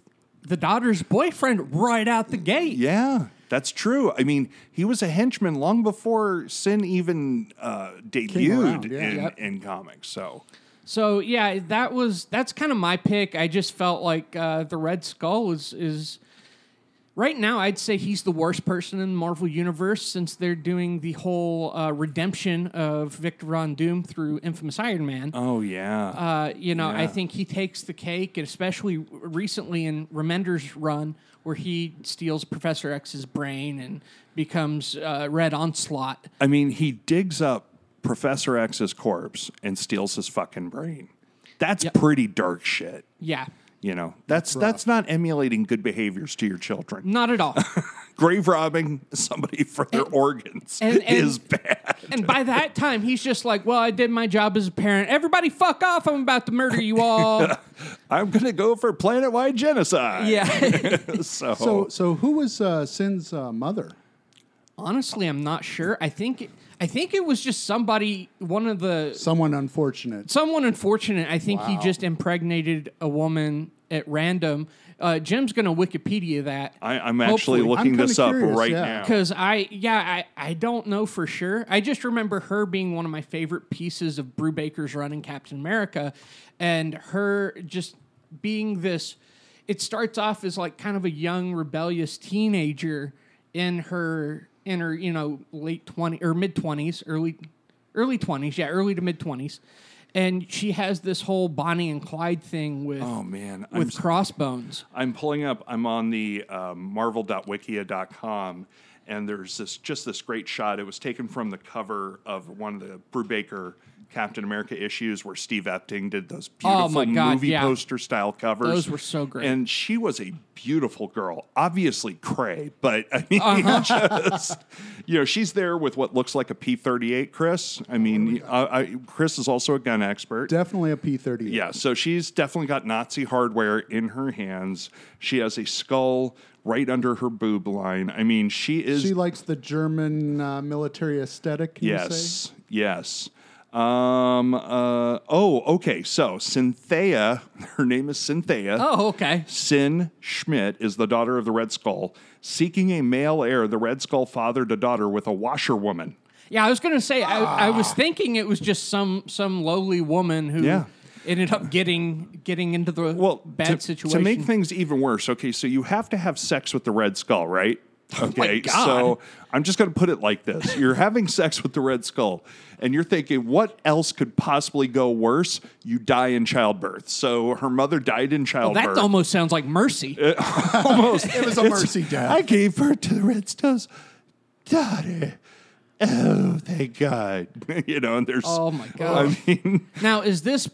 B: the daughter's boyfriend right out the gate.
A: Yeah, that's true. I mean, he was a henchman long before Sin even uh, debuted
C: around, yeah.
A: in,
B: Yep.
A: in comics. So,
B: So yeah, that was that's kind of my pick. I just felt like uh, the Red Skull is is right now. I'd say he's the worst person in the Marvel universe since they're doing the whole uh, redemption of Victor Von Doom through Infamous Iron Man.
A: oh yeah,
B: Uh, you know, I
A: Yeah.
B: think he takes the cake, and especially recently in Remender's run, where he steals Professor X's brain and becomes uh, Red Onslaught.
A: I mean, he digs up Professor X's corpse and steals his fucking brain. That's pretty dark shit.
B: Yeah,
A: You know, that's that's not emulating good behaviors to your children.
B: not at all.
A: Grave robbing somebody for their organs
B: and- and-
A: is bad.
B: and by that time, he's just like, "Well, I did my job as a parent. Everybody, fuck off! I'm about to murder you all."
A: I'm gonna go for planet wide genocide.
B: yeah.
A: So,
C: So, so who was uh, Sin's uh, mother?
B: Honestly, I'm not sure. I think it, I think it was just somebody, one of the
C: Someone unfortunate.
B: someone unfortunate. I think he
C: Wow.
B: just impregnated a woman at random. Uh, Jim's gonna Wikipedia that
A: I, I'm
B: Hopefully.
A: actually
B: I'm
A: looking
C: kinda
A: this up
C: curious,
A: right
C: yeah.
A: now.
B: because I yeah I I don't know for sure. I just remember her being one of my favorite pieces of Brubaker's run in Captain America, and her just being this. It starts off as like kind of a young rebellious teenager in her in her you know late twenty or mid twenties early early twenties yeah early to mid twenties. And she has this whole Bonnie and Clyde thing with
A: Oh man, I'm
B: with crossbones.
A: I'm pulling up. I'm on the um, Marvel.wikia.com, and there's this just this great shot. It was taken from the cover of one of the Brubaker Captain America issues, where Steve Epting did those
B: Oh,
A: beautiful
B: my God,
A: movie
B: yeah.
A: poster style covers.
B: Those were so great.
A: And she was a beautiful girl, obviously cray, but I mean,
B: Uh-huh.
A: just, you know, she's there with what looks like a P38. Chris, I mean, I, I, Chris is also a gun expert.
C: Definitely a P thirty.
A: Yeah, so she's definitely got Nazi hardware in her hands. She has a skull right under her boob line. I mean, she is
C: She likes the German uh, military aesthetic. Can You say?
A: yes, yes. Um. Uh. Oh. Okay. So Cynthia, her name is Cynthia.
B: Oh, okay.
A: Sin Schmidt is the daughter of the Red Skull, seeking a male heir. The Red Skull fathered a daughter with a washerwoman.
B: Yeah, I was gonna say I, I was thinking it was just some some lowly woman
A: Ah.
B: who
A: Yeah.
B: ended up getting getting into the
A: well,
B: bad
A: to,
B: situation.
A: To make things even worse, okay, so you have to have sex with the Red Skull, right?
B: Oh my
A: Okay,
B: God.
A: so I'm just going to put it like this: You're having sex with the Red Skull, and you're thinking, what else could possibly go worse? You die in childbirth. So her mother died in childbirth.
B: Oh, that almost sounds like mercy.
A: Uh, almost
C: It was a mercy death.
A: I gave birth to the Red Skull's daughter. Oh, thank God! you know, and there's
B: oh my god!
A: I mean,
B: now is this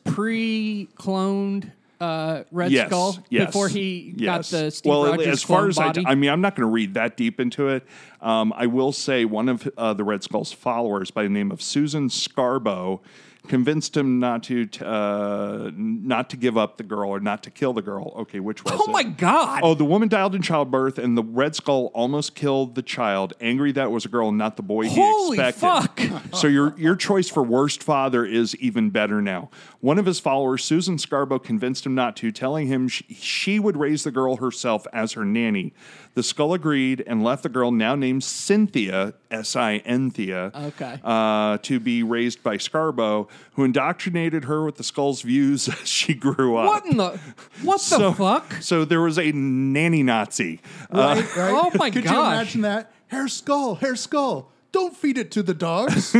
B: pre-cloned uh, Red
A: yes,
B: Skull
A: yes,
B: before he
A: yes.
B: got the Steve
A: well,
B: Rogers
A: as far
B: clone
A: as
B: body?
A: I, I mean, I'm not going to read that deep into it. Um, I will say one of uh, the Red Skull's followers, by the name of Susan Scarbo, convinced him not to t- uh, not to give up the girl or not to kill the girl. Okay, which was
B: oh
A: it?
B: my god!
A: Oh, the woman died in childbirth, and the Red Skull almost killed the child. Angry that was a girl, and not the boy
B: Holy
A: he expected.
B: fuck.
A: so your your choice for worst father is even better now. One of his followers, Susan Scarbo, convinced him not to, telling him she, she would raise the girl herself as her nanny. The Skull agreed and left the girl, now named Cynthia S I N Thea,
B: Okay.
A: uh, to be raised by Scarbo, who indoctrinated her with the Skull's views as she grew up.
B: what in the what the fuck?
A: So there was a nanny Nazi.
C: Right, right?
B: oh my
C: Could you
B: gosh.
C: imagine that? Hair skull, hair skull. Don't feed it to the dogs.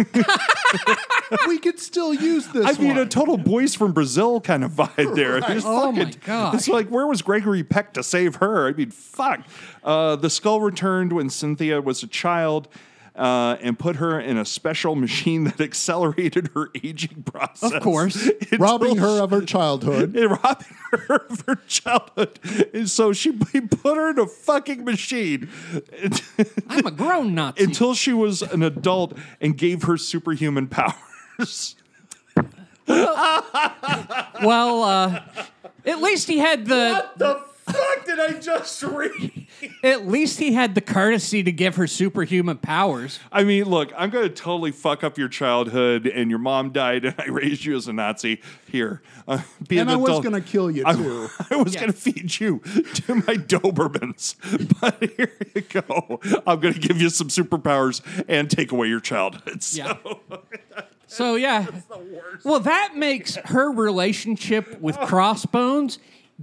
C: we could still use this.
A: I mean,
C: one.
A: a total boys from Brazil kind of vibe there. There's
B: Oh my
A: fucking-
B: gosh.
A: It's like, where was Gregory Peck to save her? I mean, fuck. Uh, the skull returned when Cynthia was a child. uh, and put her in a special machine that accelerated her aging process.
B: Of course.
A: Until
C: robbing her of her childhood.
A: and robbing her of her childhood. And so she he put her in a fucking machine
B: I'm a grown Nazi.
A: until she was an adult and gave her superhuman powers.
B: well, uh, at least he had the
A: the fuck did I just read?
B: at least he had the courtesy to give her superhuman powers.
A: I mean, look, I'm going to totally fuck up your childhood, and your mom died, and I raised you as a Nazi. Here, uh, be
C: And
A: an
C: I was
A: adult.
C: going to kill you too.
A: I was
B: Yeah.
A: going to feed you to my Dobermans, but here you go. I'm going to give you some superpowers and take away your childhood. So,
B: Yeah. So yeah.
A: the worst.
B: Well, that makes her relationship with Crossbones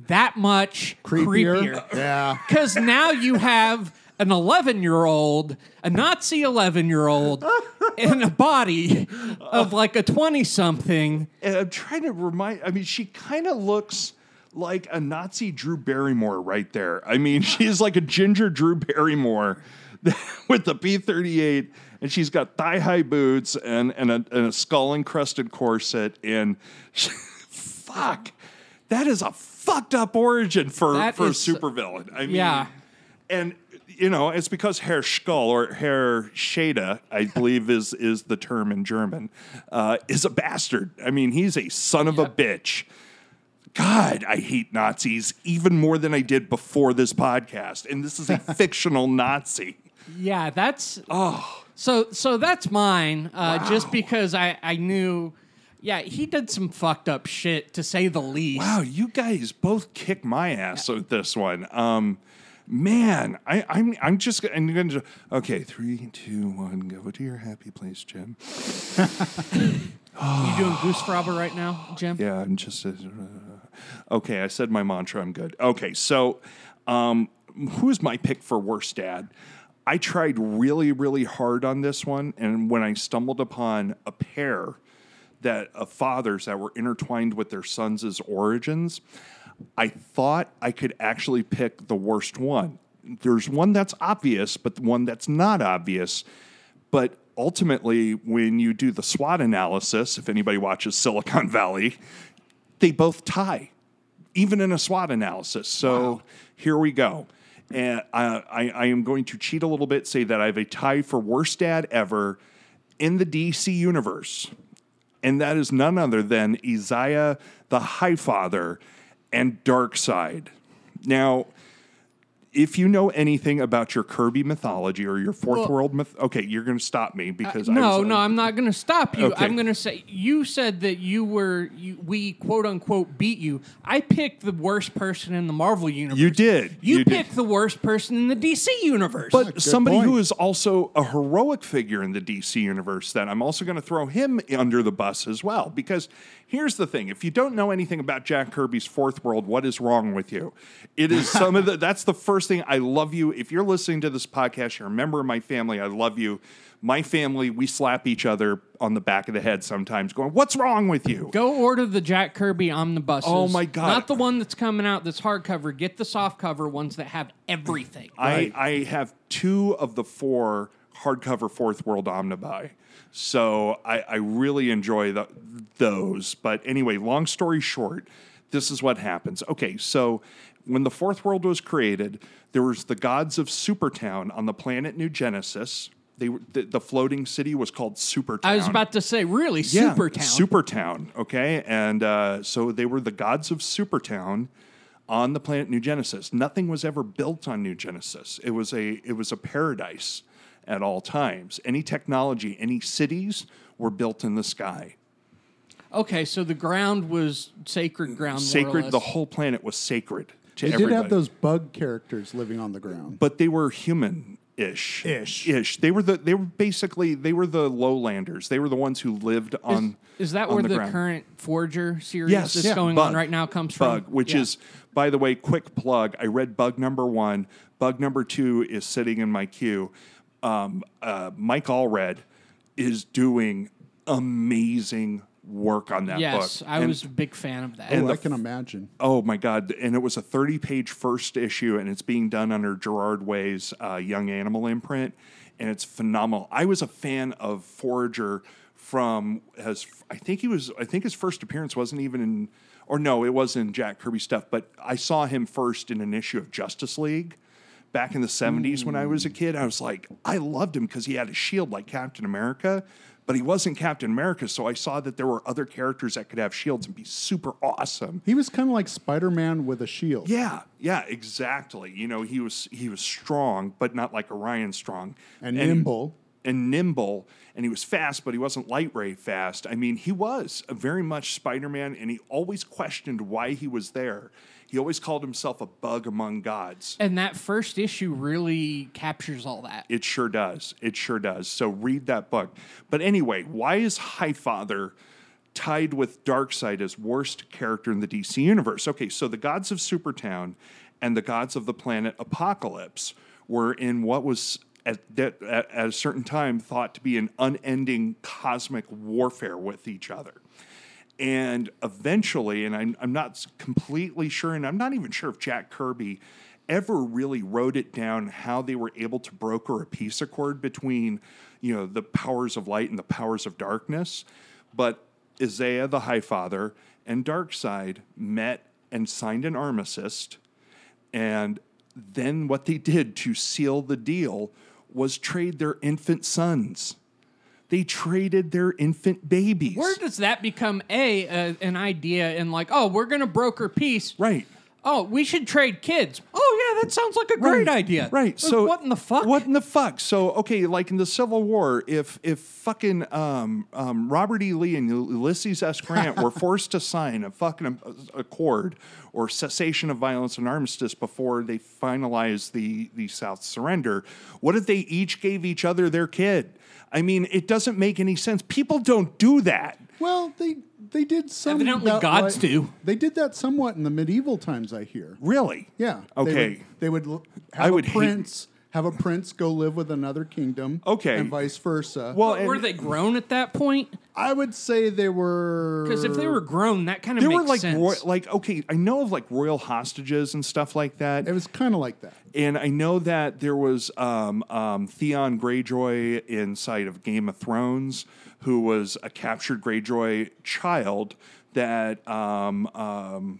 B: that much creepier.
C: Yeah.
B: Because now you have an 11 year old, a Nazi 11 year old, in a body of like a 20 something.
A: And I'm trying to remind. I mean, she kind of looks like a Nazi Drew Barrymore right there. I mean, she's like a ginger Drew Barrymore with the B38, and she's got thigh high boots and and a, and a skull encrusted corset. And she- fuck, that is a fucked up origin for
B: That
A: for
B: is-
A: a supervillain. I mean,
B: Yeah.
A: and you know it's because Herr Skull or Herr Schade, I believe is is the term in German, uh, is a bastard. I mean, he's a son of a bitch. God, I hate Nazis even more than I did before this podcast, and this is a fictional Nazi.
B: Yeah, that's. Oh. So, so that's mine uh, just because I, I knew. Yeah, he did some fucked up shit to say the least.
A: Wow, you guys both kick my ass with this one. Um, man, I, I'm I'm just gonna- I'm going to okay. Three, two, one, go to your happy place, Jim.
B: You doing goose frobber right now, Jim?
A: Yeah, I'm just. Uh, okay, I said my mantra. I'm good. Okay, so um, who's my pick for worst dad? I tried really, really hard on this one, and when I stumbled upon a pair that of fathers that were intertwined with their sons' origins, I thought I could actually pick the worst one. There's one that's obvious, but one that's not obvious. But ultimately, when you do the SWOT analysis, if anybody watches Silicon Valley, they both tie, even in a SWOT analysis. So here we go. And I, I, I am going to cheat a little bit, say that I have a tie for worst dad ever in the DC universe. And that is none other than Isaiah the High Father and Darkseid. Now, if you know anything about your Kirby mythology or your fourth
B: Well-
A: world myth, okay, you're going to stop me because I
B: No,
A: was,
B: no, I'm not going to stop you.
A: Okay.
B: I'm going to say you said that you were you, we quote unquote beat you. I picked the worst person in the Marvel universe.
A: You did.
B: You,
A: You did.
B: picked the worst person in the DC universe.
A: But somebody
C: point.
A: who is also a heroic figure in the DC universe, that I'm also going to throw him under the bus as well. Because here's the thing: if you don't know anything about Jack Kirby's Fourth World, what is wrong with you? It is some of the. That's the first thing. I love you. If you're listening to this podcast, you're a member of my family. I love you. My family, we slap each other on the back of the head sometimes, going, "What's wrong with you?"
B: go order the Jack Kirby omnibus.
A: Oh, my God.
B: Not the one that's coming out that's hardcover. Get the softcover ones that have everything.
A: I, I have two of the four hardcover Fourth World Omnibuy. So I, I really enjoy tho- those. But anyway, long story short, this is what happens. Okay, so when the Fourth World was created, there was the gods of Supertown on the planet New Genesis. They were, the, the floating city was called Supertown.
B: I was about to say, really, super town.
A: Supertown. Okay. And uh, so they were the gods of Supertown on the planet New Genesis. Nothing was ever built on New Genesis. It was a it was a paradise at all times. Any technology, any cities were built in the sky.
B: okay, so the ground was sacred ground. more or
A: Sacred.
B: less.
A: The whole planet was sacred to
C: They did
A: everybody.
C: have those bug characters living on the ground.
A: but they were human ish.
C: Ish.
A: Ish. They were the they were basically they were the lowlanders. They were the ones who lived on
B: Is that
A: on
B: where the,
A: ground.
B: current Forger series
A: Yes,
B: that's
A: yeah,
B: going
A: Bug.
B: on right now comes
A: Bug,
B: from?
A: which
B: Yeah.
A: is, by the way, quick plug. I read Bug number one. Bug number two is sitting in my queue. Um, uh, Mike Allred is doing amazing work on that
B: Yes,
A: book.
B: I
A: And-
B: was a big fan of that.
C: Oh,
A: and
C: I
A: the-
C: can imagine.
A: Oh my God! And it was a thirty-page first issue, and it's being done under Gerard Way's uh, Young Animal imprint. and it's phenomenal. I was a fan of Forager from as I think he was. I think his first appearance wasn't even in, or no, it was in Jack Kirby stuff. But I saw him first in an issue of Justice League back in the 70s when I was a kid. I was like, I loved him because he had a shield like Captain America, but he wasn't Captain America. So I saw that there were other characters that could have shields and be super awesome.
C: He was kind of like Spider Man with a shield.
A: Yeah, yeah, exactly. You know, he was he was strong, but not like Orion strong.
C: And nimble.
A: And nimble, and he was fast, but he wasn't light ray fast. I mean, he was a very much Spider Man, and he always questioned why he was there. He always called himself a bug among gods.
B: And that first issue really captures all that.
A: It sure does. It sure does. So read that book. But anyway, why is Highfather tied with Darkseid as worst character in the DC universe? Okay, so the gods of Supertown and the gods of the planet Apocalypse were in what was at that at, at a certain time thought to be an unending cosmic warfare with each other. And eventually, and I'm, I'm not s- completely sure, and I'm not even sure if Jack Kirby ever really wrote it down how they were able to broker a peace accord between, you know, the powers of light and the powers of darkness. But Isaiah the High Father and Darkseid met and signed an armistice. And then what they did to seal the deal was trade their infant sons. They traded their infant babies.
B: Where does that become a, a an idea and like, oh, we're gonna broker peace?
A: Right.
B: Oh, we should trade kids. Oh yeah, that sounds like a great
A: Right,
B: idea.
A: Right.
B: Like,
A: So
B: what in the fuck?
A: What in the fuck? So okay, like in the Civil War, if if fucking um, um, Robert E. Lee and Ulysses S. Grant were forced to sign a fucking accord or cessation of violence and armistice before they finalized the the South surrender, what if they each gave each other their kid? I mean, it doesn't make any sense. People don't do that.
C: Well, they they did some.
B: Evidently gods do.
C: They did that somewhat in the medieval times, I hear.
A: Really?
C: Yeah.
A: Okay.
C: They would, they would l- have
A: I would
C: a
A: hate-
C: prince. Have a prince go live with another kingdom.
A: Okay.
C: And vice versa.
A: Well,
B: were
A: and-
B: they grown at that point?
C: I would say they were.
B: Because if they were grown, that kind of
A: There
B: makes
A: were like
B: sense.
A: roy- like okay, I know of like royal hostages and stuff like that.
C: It was kind of like that.
A: and I know that there was um, um, Theon Greyjoy inside of Game of Thrones, who was a captured Greyjoy child that um, um,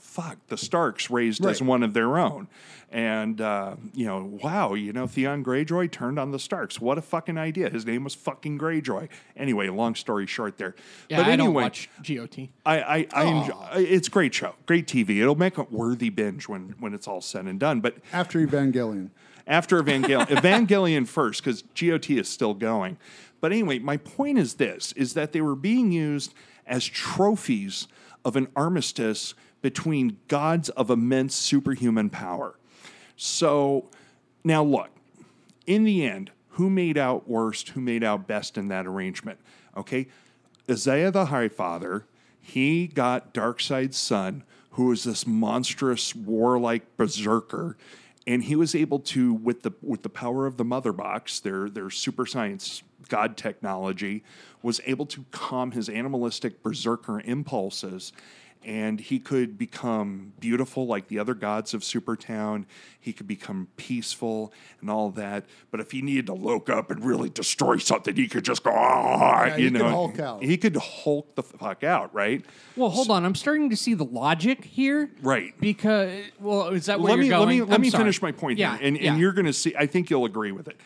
A: fuck the Starks raised as
C: Right.
A: one of their own. And uh, you know, wow, you know, Theon Greyjoy turned on the Starks. What a fucking idea! His name was fucking Greyjoy. Anyway, long story short, there.
B: yeah,
A: but
B: I
A: anyway,
B: don't watch GOT.
A: I, I, I enjoy, it's a great show, great TV. It'll make a worthy binge when when it's all said and done. But
C: After Evangelion.
A: after Evangelion, Evangelion first because GOT is still going. But anyway, my point is this: is that they were being used as trophies of an armistice between gods of immense superhuman power. So now look, in the end, who made out worst, who made out best in that arrangement? Okay, Isaiah the High Father, he got Darkseid's son, who was this monstrous warlike berserker, and he was able to, with the with the power of the Mother Box, their their super science god technology, was able to calm his animalistic berserker impulses and he could become beautiful like the other gods of Supertown. He could become peaceful and all that. But if he needed to look up and really destroy something, he could just go, "Ah,"
C: Yeah,
A: you
C: he could
A: know,
C: Hulk out.
A: he could Hulk the fuck out, right?
B: Well, hold on. I'm starting to see the logic here.
A: Right.
B: Because well, is that
A: let
B: where you're
A: me let
B: going?
A: me let
B: I'm
A: me
B: sorry.
A: finish my point
B: Yeah.
A: here, and,
B: yeah.
A: and you're going to see. I think you'll agree with it.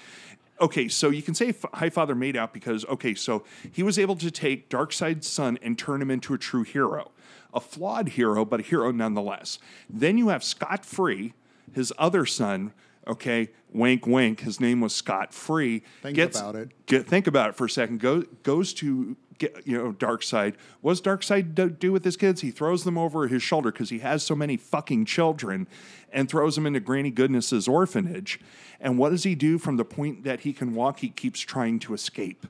A: Okay, so you can say F- High Father made out because okay, so he was able to take Darkseid's son and turn him into a true hero, a flawed hero, but a hero nonetheless. Then you have Scott Free, his other son. Okay, wink, wink. His name was Scott Free.
C: Think about it.
A: Get, think about it for a second. Go, goes to get, you know Dark Side. What does Dark Side do, do with his kids? He throws them over his shoulder because he has so many fucking children, and throws them into Granny Goodness's orphanage. And what does he do from the point that he can walk? He keeps trying to escape.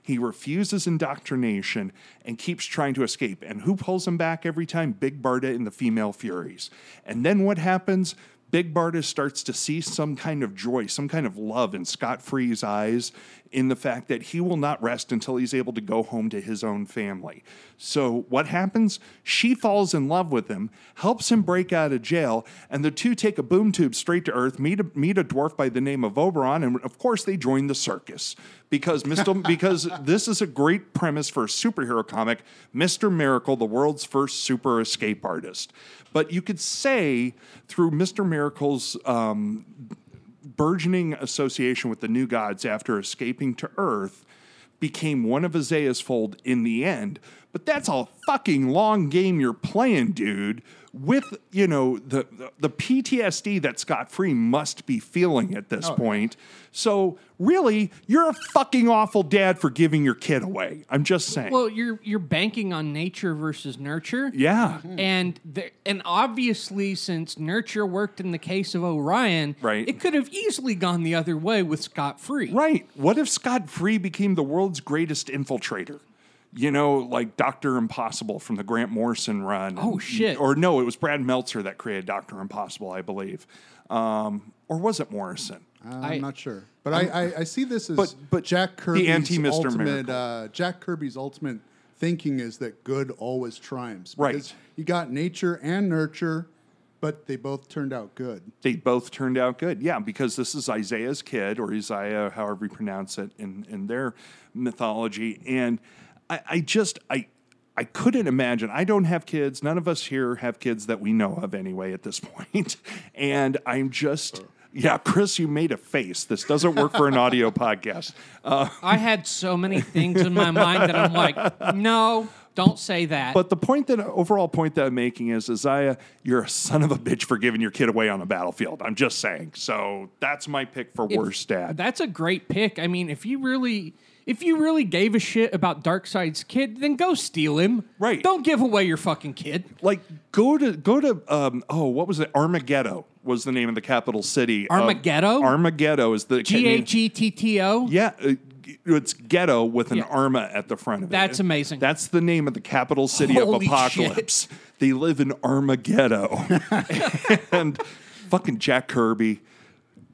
A: He refuses indoctrination and keeps trying to escape. And who pulls him back every time? Big Barda and the Female Furies. And then what happens? Big Barda starts to see some kind of joy, some kind of love in Scott Free's eyes in the fact that he will not rest until he's able to go home to his own family. So, what happens? She falls in love with him, helps him break out of jail, and the two take a boom tube straight to Earth, meet a, meet a dwarf by the name of Oberon, and of course, they join the circus because Mr. because this is a great premise for a superhero comic, Mr. Miracle, the world's first super escape artist. But you could say through Mr. Miracle's um, burgeoning association with the new gods after escaping to Earth became one of Isaiah's fold in the end. But that's a fucking long game you're playing, dude. With you know the the, the PTSD that Scott Free must be feeling at this point. So really, you're a fucking awful dad for giving your kid away. I'm just saying.
B: Well, you're you're banking on nature versus nurture.
A: yeah.
B: And there, and obviously, since nurture worked in the case of Orion,
A: Right.
B: it could have easily gone the other way with Scott Free.
A: Right. What if Scott Free became the world's greatest infiltrator? You know, like Doctor Impossible from the Grant Morrison run.
B: Oh, shit.
A: Or no, it was Brad Meltzer that created Doctor Impossible, I believe. Um, or was it Morrison?
C: I'm
B: I-
C: not sure, but I, I, I see this as
A: But- but
C: Jack Kirby's
A: anti-Mr.
C: ultimate.
A: Miracle.
C: Uh, Jack Kirby's ultimate thinking is that good always triumphs.
A: Right.
C: because You got nature and nurture, but they both turned out good.
A: They both turned out good. Yeah, because this is Isaiah's kid, or Isaiah, however you pronounce it in, in their mythology. And I, I just, I, I couldn't imagine. I don't have kids. None of us here have kids that we know of anyway at this point. And I'm just, yeah, Chris, you made a face. This doesn't work for an audio podcast.
B: I had so many things in my mind that I'm like, no, don't say that.
A: But the point that overall point that I'm making is Isaiah, you're a son of a bitch for giving your kid away on a battlefield. I'm just saying. So that's my pick for worst dad.
B: That's a great pick. I mean, if you really if you really gave a shit about Darkseid's kid, then go steal him.
A: Right.
B: Don't give away your fucking kid.
A: like go to go to um oh what was it Armageddon was the name of the capital city of-
B: Armageddon?
A: Armageddon is the
B: G H E T T O.
A: yeah uh, it's ghetto with an
B: Yeah.
A: arma at the front of it
B: That's amazing.
A: that's the name of the capital city of
B: Holy
A: apocalypse they live in Armageddon and fucking Jack Kirby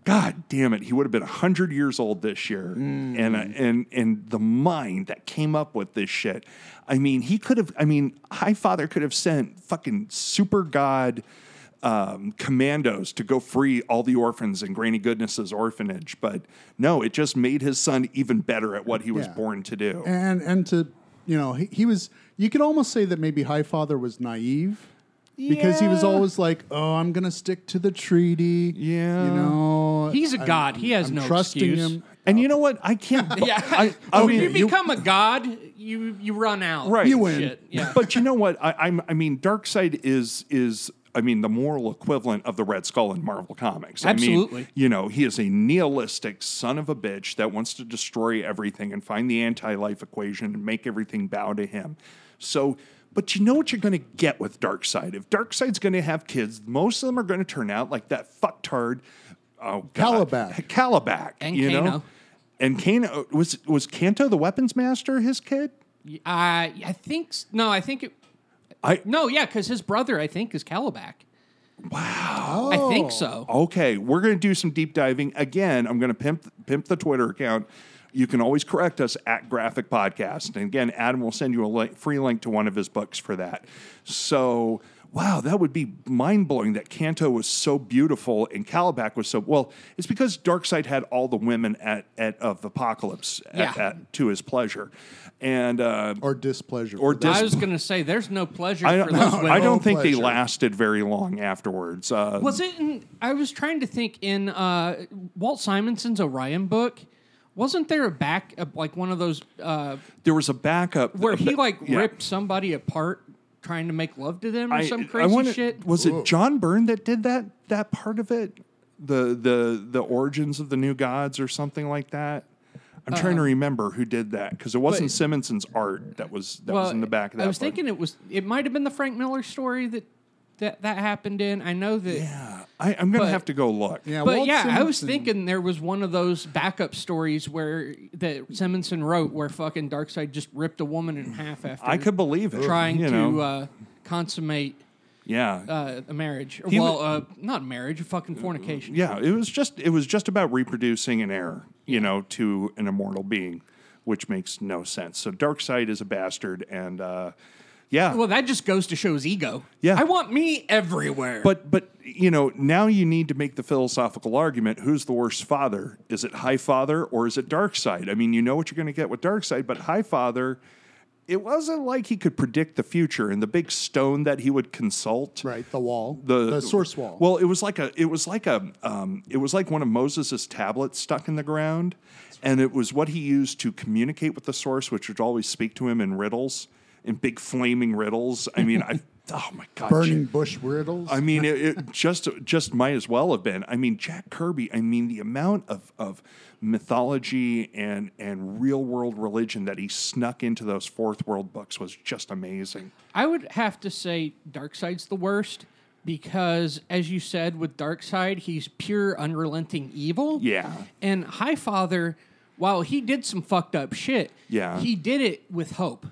A: God damn it! He would have been hundred years old this year, and uh, and and the mind that came up with this shit. I mean, he could have. I mean, High Father could have sent fucking super god um, commandos to go free all the orphans in Granny Goodness's orphanage, but no, it just made his son even better at what he was
C: Yeah.
A: born to do.
C: And and to you know he, he was. You could almost say that maybe High Father was naive. Because he was
A: Yeah.
C: always like, "Oh, I'm gonna stick to the treaty."
A: Yeah.
C: you know,
B: He's a
C: I'm-
B: god. He has
C: I'm
B: no
C: trusting
B: excuse.
C: him.
A: and you know what? I can't. bu-
B: Yeah.
A: I, I
B: when
A: mean,
B: you become a god, you you run out.
A: Right. You
C: win.
B: Shit. Yeah.
A: but you know what? I, I'm. I mean, Darkseid is is. I mean, the moral equivalent of the Red Skull in Marvel Comics. I
B: Absolutely.
A: mean, you know, he is a nihilistic son of a bitch that wants to destroy everything and find the anti-life equation and make everything bow to him. So, but you know what you're going to get with Darkseid. If Darkseid's going to have kids, most of them are going to turn out like that fucktard. Oh, God.
C: Calabac.
A: Calabac,
B: And
A: you know.
B: Kano.
A: And Kano was was Kanto the weapons master his kid?
B: I I think s- no. I think it.
A: I-
B: no. Yeah, because his brother I think is Calabac. Wow. I think so.
A: Okay, we're going to do some deep diving again. I'm going to pimp pimp the Twitter account. You can always correct us at Graphic Podcast, and again, Adam will send you a link, free link to one of his books for that. So, wow, that would be mind blowing that Kanto was so beautiful and Calabac was so well. It's because Darkseid had all the women at, at of Apocalypse at,
B: Yeah.
A: at, to his pleasure, and uh,
C: or displeasure
A: Or
C: for that.
B: I was gonna say there's no pleasure
A: I
B: for
A: don't,
B: those women.
A: I don't think they
C: pleasure.
A: lasted very long afterwards. Uh,
B: Was it in? I was trying to think in uh, Walt Simonson's Orion book. Wasn't there a back uh, like one of those uh,
A: there was a backup
B: where he like
A: Yeah.
B: ripped somebody apart trying to make love to them or some crazy
A: wanna-
B: shit?
A: Was it John Byrne that did that that part of it? The the the origins of the new gods or something like that. I'm trying to remember who did that because it wasn't
B: Uh-huh. but-
A: Simonson's art that was that was in the back of that.
B: I was
A: book.
B: thinking it was. It might have been the Frank Miller story that that that happened in. I know that.
A: yeah, I, I'm gonna
B: but-
A: have to go look.
C: Yeah,
B: But
C: Walt
B: yeah, I was
C: Simonson-
B: thinking there was one of those backup stories where that Simonson wrote, where fucking Darkseid just ripped a woman in half after
A: I could believe it.
B: trying
A: you uh, know.
B: to uh, consummate
A: Yeah.
B: uh, a marriage.
A: He
B: well,
A: wa-
B: uh, not marriage, a fucking fornication.
A: yeah, it was just it was just about reproducing an error, you know, to an immortal being, which makes no sense. So Darkseid is a bastard, and uh, yeah,
B: Well, that just goes to show his ego.
A: Yeah.
B: I want me everywhere.
A: but but you know, now you need to make the philosophical argument: who's the worst father? Is it High Father or is it Darkseid? I mean, you know what you're going to get with Darkseid, but High Father. It wasn't like he could predict the future and the big stone that he would consult.
C: Right, the wall,
A: the,
C: source wall.
A: Well, it was like a it was like a um, it was like one of Moses' tablets stuck in the ground, and it was what he used to communicate with the source, which would always speak to him in riddles, in big flaming riddles. I mean, I oh my god,
C: burning bush riddles.
A: I mean, it, it just just might as well have been. I mean, Jack Kirby. I mean, the amount of of mythology and and real world religion that he snuck into those fourth world books was just amazing.
B: I would have to say Darkseid's the worst because, as you said, with Darkseid, he's pure, unrelenting evil.
A: Yeah.
B: And Highfather, while he did some fucked up shit,
A: Yeah.
B: he did it with hope.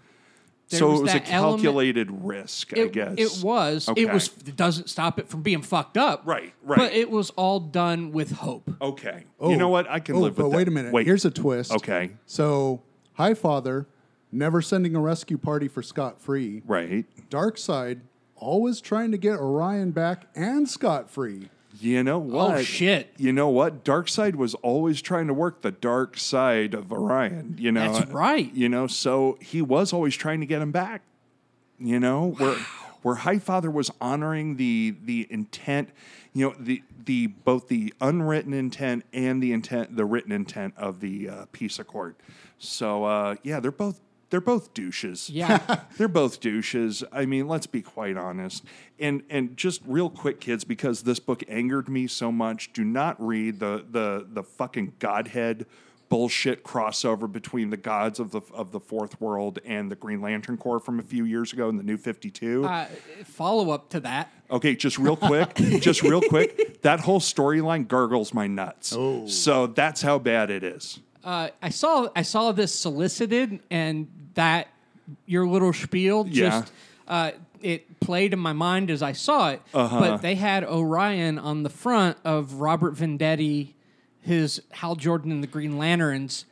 B: There
A: so it was a
B: that element-
A: calculated risk, I guess.
B: It was.
A: Okay.
B: It was. It doesn't stop it from being fucked up.
A: Right, right.
B: But it was all done with hope.
A: Okay. you know what? I can
C: oh,
A: live with
C: but
A: that.
C: wait a minute.
A: Wait.
C: Here's a twist.
A: Okay.
C: So, High Father, never sending a rescue party for Scott Free.
A: Right.
C: Dark Side, always trying to get Orion back and Scott Free.
A: You know what?
B: Oh, shit.
A: You know what? Dark Side was always trying to work the dark side of Orion, you know.
B: That's right.
A: You know, so he was always trying to get him back. You know, where where High Father was honoring the the intent, you know, the the both the unwritten intent and the intent the written intent of the uh, peace accord. So uh yeah, they're both they're both douches.
B: Yeah.
A: They're both douches. I mean, let's be quite honest. And and just real quick, kids, because this book angered me so much. Do not read the the the fucking godhead bullshit crossover between the gods of the of the fourth world and the Green Lantern Corps from a few years ago in the New Fifty Two.
B: uh, follow up to that.
A: Okay, just real quick, just real quick. That whole storyline gargles my nuts. Oh. So that's how bad it is.
B: uh, I saw I saw this solicited, and that your little spiel
A: Yeah.
B: just uh, it played in my mind as I saw it.
A: Uh-huh.
B: But they had Orion on the front of Robert Vendetti, his Hal Jordan and the Green Lanterns.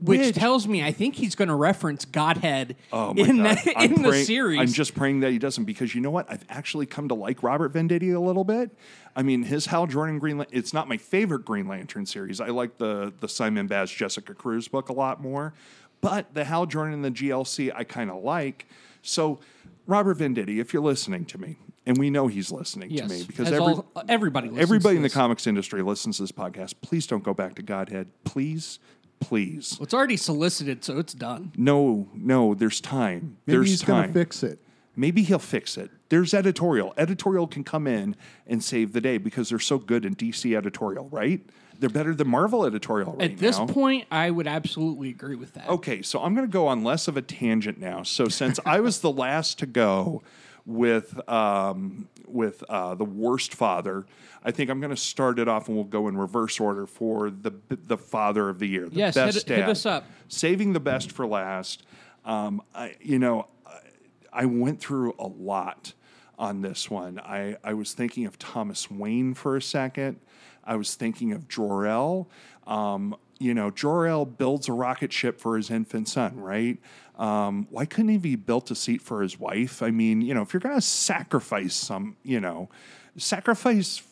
B: Which,
A: Which-
B: tells me I think he's going to reference Godhead
A: Oh my
B: in,
A: god!
B: the,
A: I'm
B: in the
A: praying-
B: series.
A: I'm just praying that he doesn't because you know what? I've actually come to like Robert Venditti a little bit. I mean, his Hal Jordan Green. Lan- It's not my favorite Green Lantern series. I like the the Simon Baz Jessica Cruz book a lot more, but the Hal Jordan and the GLC I kind of like. So, Robert Venditti, if you're listening to me, and we know he's listening
B: yes,
A: to me because
B: as
A: every,
B: all- everybody listens
A: everybody
B: to
A: in the
B: this.
A: comics industry listens to this podcast. Please don't go back to Godhead. Please, please.
B: Well, it's already solicited, so it's done.
A: No, no. There's time.
C: Maybe
A: there's
C: he's
A: time.
C: gonna fix it.
A: Maybe he'll fix it. There's editorial. Editorial can come in and save the day because they're so good in DC editorial, right? They're better than Marvel editorial right
B: At this
A: now.
B: point, I would absolutely agree with that.
A: Okay, so I'm going to go on less of a tangent now. So since I was the last to go with um, with uh, the worst father, I think I'm going to start it off, and we'll go in reverse order for the the father of the year. The
B: Yes, hit-
A: best
B: hit
A: dad.
B: us up.
A: Saving the best for last. Um, I, you know, I- I went through a lot on this one. I, I was thinking of Thomas Wayne for a second. I was thinking of Jor-El. Um, you know, Jor-El builds a rocket ship for his infant son, right? Um, why couldn't he be built a seat for his wife? I mean, you know, if you're going to sacrifice some, you know, sacrifice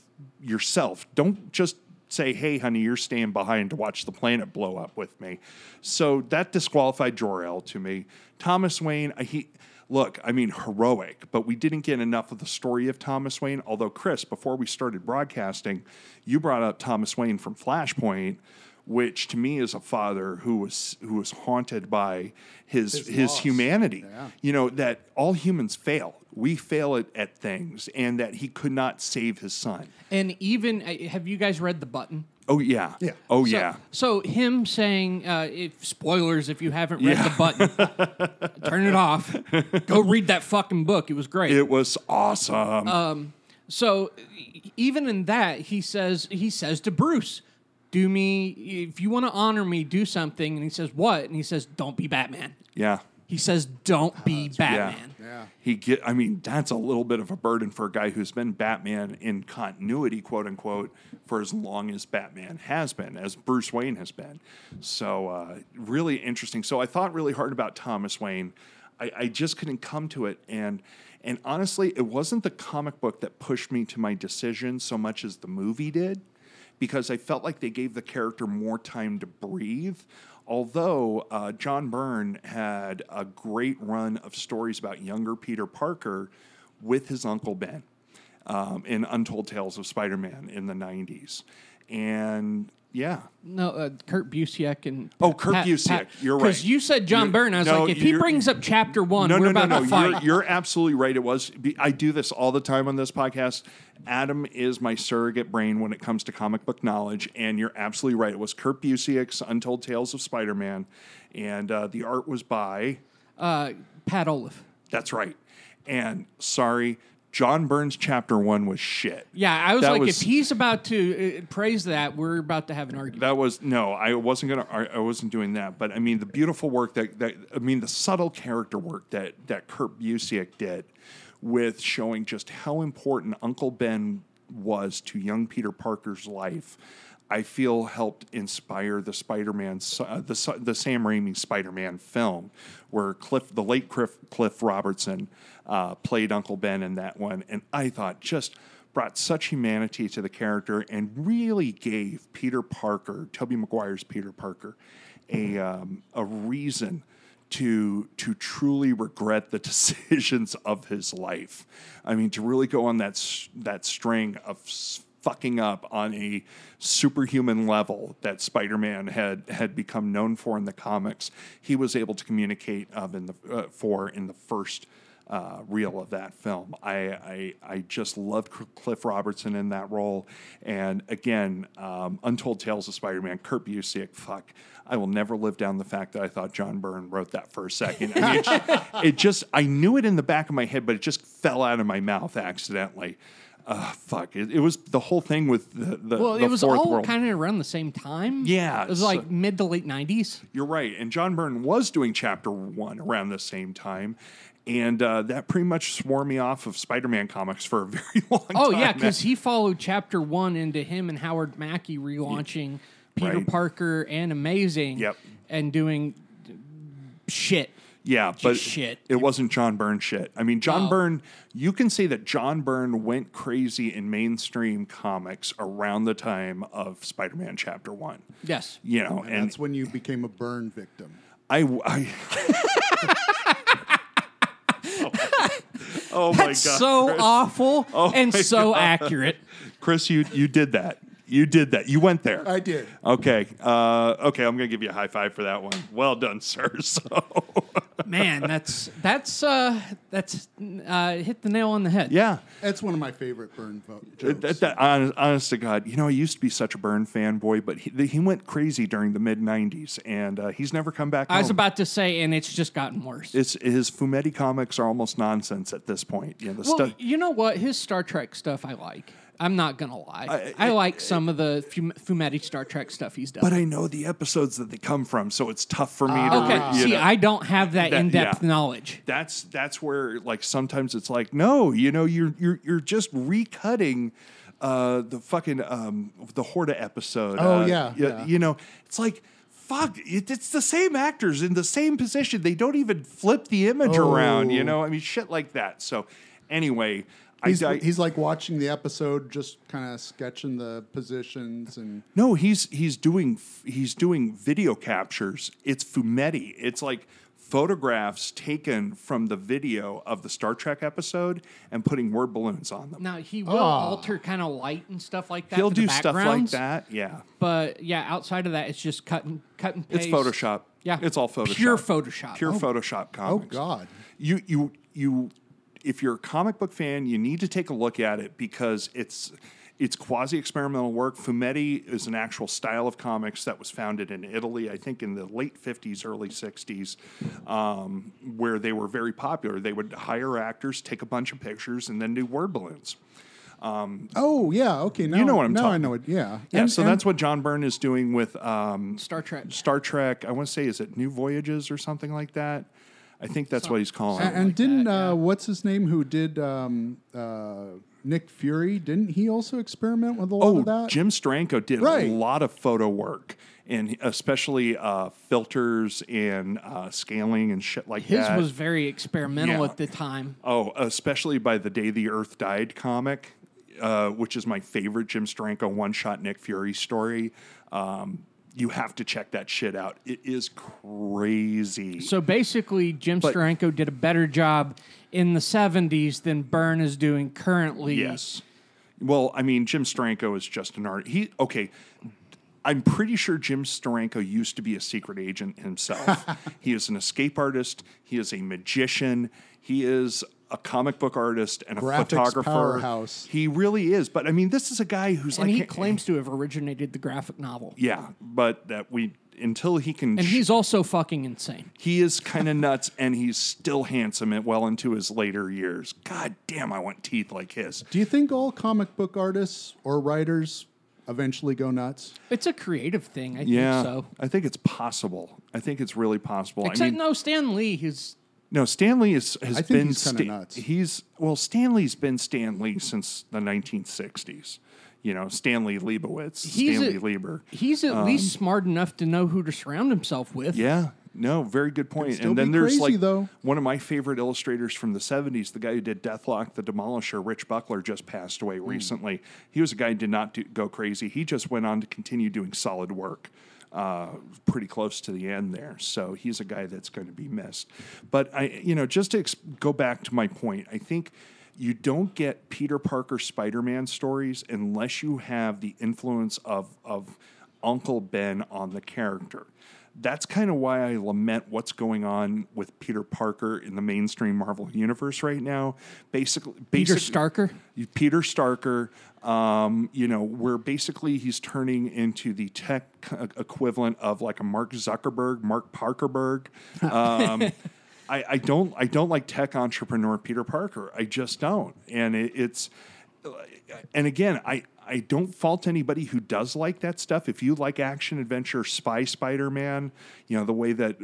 A: yourself. Don't just say, "Hey, honey, you're staying behind to watch the planet blow up with me." So that disqualified Jor El to me. Thomas Wayne, I- he look, I mean, heroic, but we didn't get enough of the story of Thomas Wayne. Although Chris, before we started broadcasting, you brought up Thomas Wayne from Flashpoint. Which to me is a father who was who was haunted by his his,
C: loss.
A: humanity. You know that all humans fail. We fail at, at things, and that he could not save his son.
B: And even uh, have you guys read the button?
A: Oh yeah.
C: Yeah.
A: Oh
B: So-
A: yeah.
B: So him saying, uh, if spoilers, if you haven't read the button, turn it off. Go read that fucking book. It was great.
A: It was awesome.
B: so e- even in that, he says he says to Bruce, "Do me if you want to honor me, do something." And he says, "What?" And he says, "Don't be Batman."
A: yeah.
B: He says, "Don't be
A: Oh, Yeah.
B: Batman."
C: Yeah.
A: He get I mean, that's a little bit of a burden for a guy who's been Batman in continuity, quote unquote, for as long as Batman has been, as Bruce Wayne has been. So uh, really interesting. So I thought really hard about Thomas Wayne. I, I just couldn't come to it and and honestly, it wasn't the comic book that pushed me to my decision so much as the movie did because I felt like they gave the character more time to breathe. Although uh, John Byrne had a great run of stories about younger Peter Parker with his Uncle Ben um, in Untold Tales of Spider Man in the 90s. And yeah,
B: No, uh, Kurt Busiek and
A: Oh, Kurt Busiek. You're right.
B: Because you said John
A: You're-
B: Byrne. I was
A: no,
B: like, if he
A: you're-
B: brings up chapter one,
A: no,
B: we're
A: no,
B: about
A: no,
B: to
A: no.
B: fight.
A: You're, you're absolutely right. It was. be- I do this all the time on this podcast. Adam is my surrogate brain when it comes to comic book knowledge, and you're absolutely right. It was Kurt Busiek's Untold Tales of Spider-Man, and uh, the art was by.
B: uh, Pat Olaf.
A: That's right. And sorry, John Burns chapter one was shit.
B: Yeah, I was
A: That
B: like,
A: was-
B: if he's about to uh, praise that, we're about to have an argument.
A: That was no, I wasn't gonna. I I wasn't doing that. But I mean, the beautiful work that, that I mean, the subtle character work that that Kurt Busiek did with showing just how important Uncle Ben was to young Peter Parker's life. I feel helped inspire the Spider-Man, uh, the Sa- the Sam Raimi Spider-Man film, where Cliff, the late Cliff, Cliff Robertson, uh, played Uncle Ben in that one, and I thought just brought such humanity to the character and really gave Peter Parker, Tobey Maguire's Peter Parker, a um, a reason to to truly regret the decisions of his life. I mean, to really go on that s- that string of s- fucking up on a superhuman level that Spider-Man had had become known for in the comics, he was able to communicate of in the uh, for in the first uh, reel of that film. I I, I just loved Cl- Cliff Robertson in that role, and again, um, Untold Tales of Spider-Man, Kurt Busiek. Fuck, I will never live down the fact that I thought John Byrne wrote that for a second. I mean, it, just, it just I knew it in the back of my head, but it just fell out of my mouth accidentally. Uh, fuck! It, it was the whole thing with the the,
B: Well,
A: the
B: it was
A: fourth
B: all
A: world.
B: kind of around the same time.
A: Yeah,
B: It was
A: so-
B: like mid to late 90s.
A: You're right. And John Byrne was doing chapter one around the same time. And uh, that pretty much swore me off of Spider Man comics for a very long time.
B: Oh, yeah,
A: man.
B: because he followed chapter one into him and Howard Mackey relaunching Peter
A: Right.
B: Parker and Amazing
A: Yep.
B: and doing shit.
A: Yeah, but
B: shit. Oh.
A: it wasn't John Byrne shit. I mean, John
B: No.
A: Byrne, you can say that John Byrne went crazy in mainstream comics around the time of Spider Man chapter one.
B: Yes.
A: You know,
C: And, that's when you became a burn victim.
A: I. I oh my, oh my
B: That's
A: God.
B: so
A: Chris. Oh
B: awful and so accurate.
A: Chris, you you did that. You did that. You went there.
C: I did.
A: Okay. Uh, okay. I'm gonna give you a high five for that one. Well done, sir. So
B: Man, that's that's uh that's uh hit the nail on the head.
A: yeah.
C: That's one of my favorite burn vo- jokes.
A: That, that- honest, honest to God, you know, I used to be such a Burn fanboy, but he, he went crazy during the mid '90s, and uh, he's never come back.
B: I was
A: home.
B: about to say, and it's just gotten worse.
A: It's, his Fumetti comics are almost nonsense at this point. You know, the
B: well,
A: stuff.
B: you know what? His Star Trek stuff I like. I'm not gonna lie.
A: I-
B: I, like some of the Fum- Fumetti Star Trek stuff he's done.
A: But I know the episodes that they come from, so it's tough for me to.
B: Ah. okay,
A: re- you
B: see,
A: know.
B: I don't have that,
A: That-
B: in-depth
A: yeah.
B: knowledge.
A: that's that's where like sometimes it's like no you know you're you're you're just recutting uh the fucking um the horta episode
C: Oh,
A: uh,
C: yeah,
A: you,
C: yeah.
A: you know it's like fuck it, it's the same actors in the same position they don't even flip the image around you
C: Oh.
A: know i mean shit like that so anyway
C: he's,
A: I, I
C: he's like watching the episode, just kind of sketching the positions and
A: No, he's he's doing f- he's doing video captures. It's fumetti. It's like photographs taken from the video of the Star Trek episode and putting word balloons on them.
B: Now he will alter kind of light and stuff like that.
A: He'll
B: for
A: do
B: the
A: stuff like
B: backgrounds,
A: that. Yeah,
B: But yeah, outside of that, it's just cut and cut and
A: it's
B: paste.
A: Photoshop.
B: Yeah,
A: it's all Photoshop.
B: Pure Photoshop.
A: Pure Photoshop
C: oh
A: comics.
C: god,
A: you you you if you're a comic book fan you need to take a look at it because it's it's quasi experimental work. Fumetti is an actual style of comics that was founded in Italy, I think in the late 50s, early 60s, um, where they were very popular. They would hire actors, take a bunch of pictures, and then do word balloons.
C: oh yeah, okay. Now,
A: know what I'm
C: now I
A: talking-
C: know it. Yeah,
A: Yeah,
C: And-
A: so
C: and-
A: that's what John Byrne is doing with um,
B: Star Trek.
A: Star Trek. I want to say, is it New Voyages or something like that? I think that's what he's calling.
C: And,
A: it.
C: and didn't uh, what's his name who did um, uh, Nick Fury? Didn't he also experiment with a lot
A: Oh,
C: of that?
A: Jim Stranko did
C: Right.
A: a lot of photo work, and especially uh, filters and uh, scaling and shit like
B: His
A: that.
B: was very experimental
A: Yeah.
B: at the time.
A: oh, especially by the day the Earth died comic, uh, which is my favorite Jim Stranko one shot Nick Fury story. Um, you have to check that shit out. It is crazy.
B: So basically, Jim Steranko did a better job in the 70s than Byrne is doing currently.
A: Yes. Well, I mean, Jim Steranko is just an art. He okay. I'm pretty sure Jim Steranko used to be a secret agent himself. he is an escape artist. He is a magician. He is a comic book artist and a
C: Graphics
A: photographer.
C: powerhouse.
A: He really is. But I mean, this is a guy who's
B: And
A: like
B: he claims to have originated the graphic novel.
A: Yeah, but that we until he can.
B: And
A: sh-
B: he's also fucking insane.
A: he is kind of nuts, and he's still handsome and well into his later years. God damn, I want teeth like his.
C: Do you think all comic book artists or writers eventually go nuts?
B: It's a creative thing, I
A: Yeah,
B: think so.
A: I think it's possible. I think it's really possible.
B: Except
A: I mean,
B: no, Stan Lee, who's
A: no, Stanley is, has
C: I think
A: been
C: he's kinda
A: Stan-
C: nuts.
A: He's well, Stanley's been Stanley since the 1960s. You know, Stanley Leibowitz,
B: He's
A: Stanley
B: a-
A: Lieber.
B: he's at least smart enough to know who to surround himself with.
A: Um, Yeah, no, very good point.
C: still
A: and then
C: be
A: there's
C: crazy,
A: like
C: though.
A: one of my favorite illustrators from the 70s, the guy who did Deathlock, the Demolisher, Rich Buckler, just passed away
C: Hmm.
A: recently. He was a guy who did not do, go crazy. He just went on to continue doing solid work. Uh, pretty close to the end there, so he's a guy that's going to be missed. But I, you know, just to ex- go back to my point, I think you don't get Peter Parker Spider-Man stories unless you have the influence of of Uncle Ben on the character. That's kind of why I lament what's going on with Peter Parker in the mainstream Marvel universe right now. Basically,
B: Peter
A: basically
B: Starker.
A: Peter Starker, um, you know, where basically he's turning into the tech e- equivalent of like a Mark Zuckerberg, Mark Parkerberg. Um, I, I don't, I don't like tech entrepreneur Peter Parker. I just don't, and it, it's, and again, I. I don't fault anybody who does like that stuff. If you like action adventure, spy Spider Man, you know the way that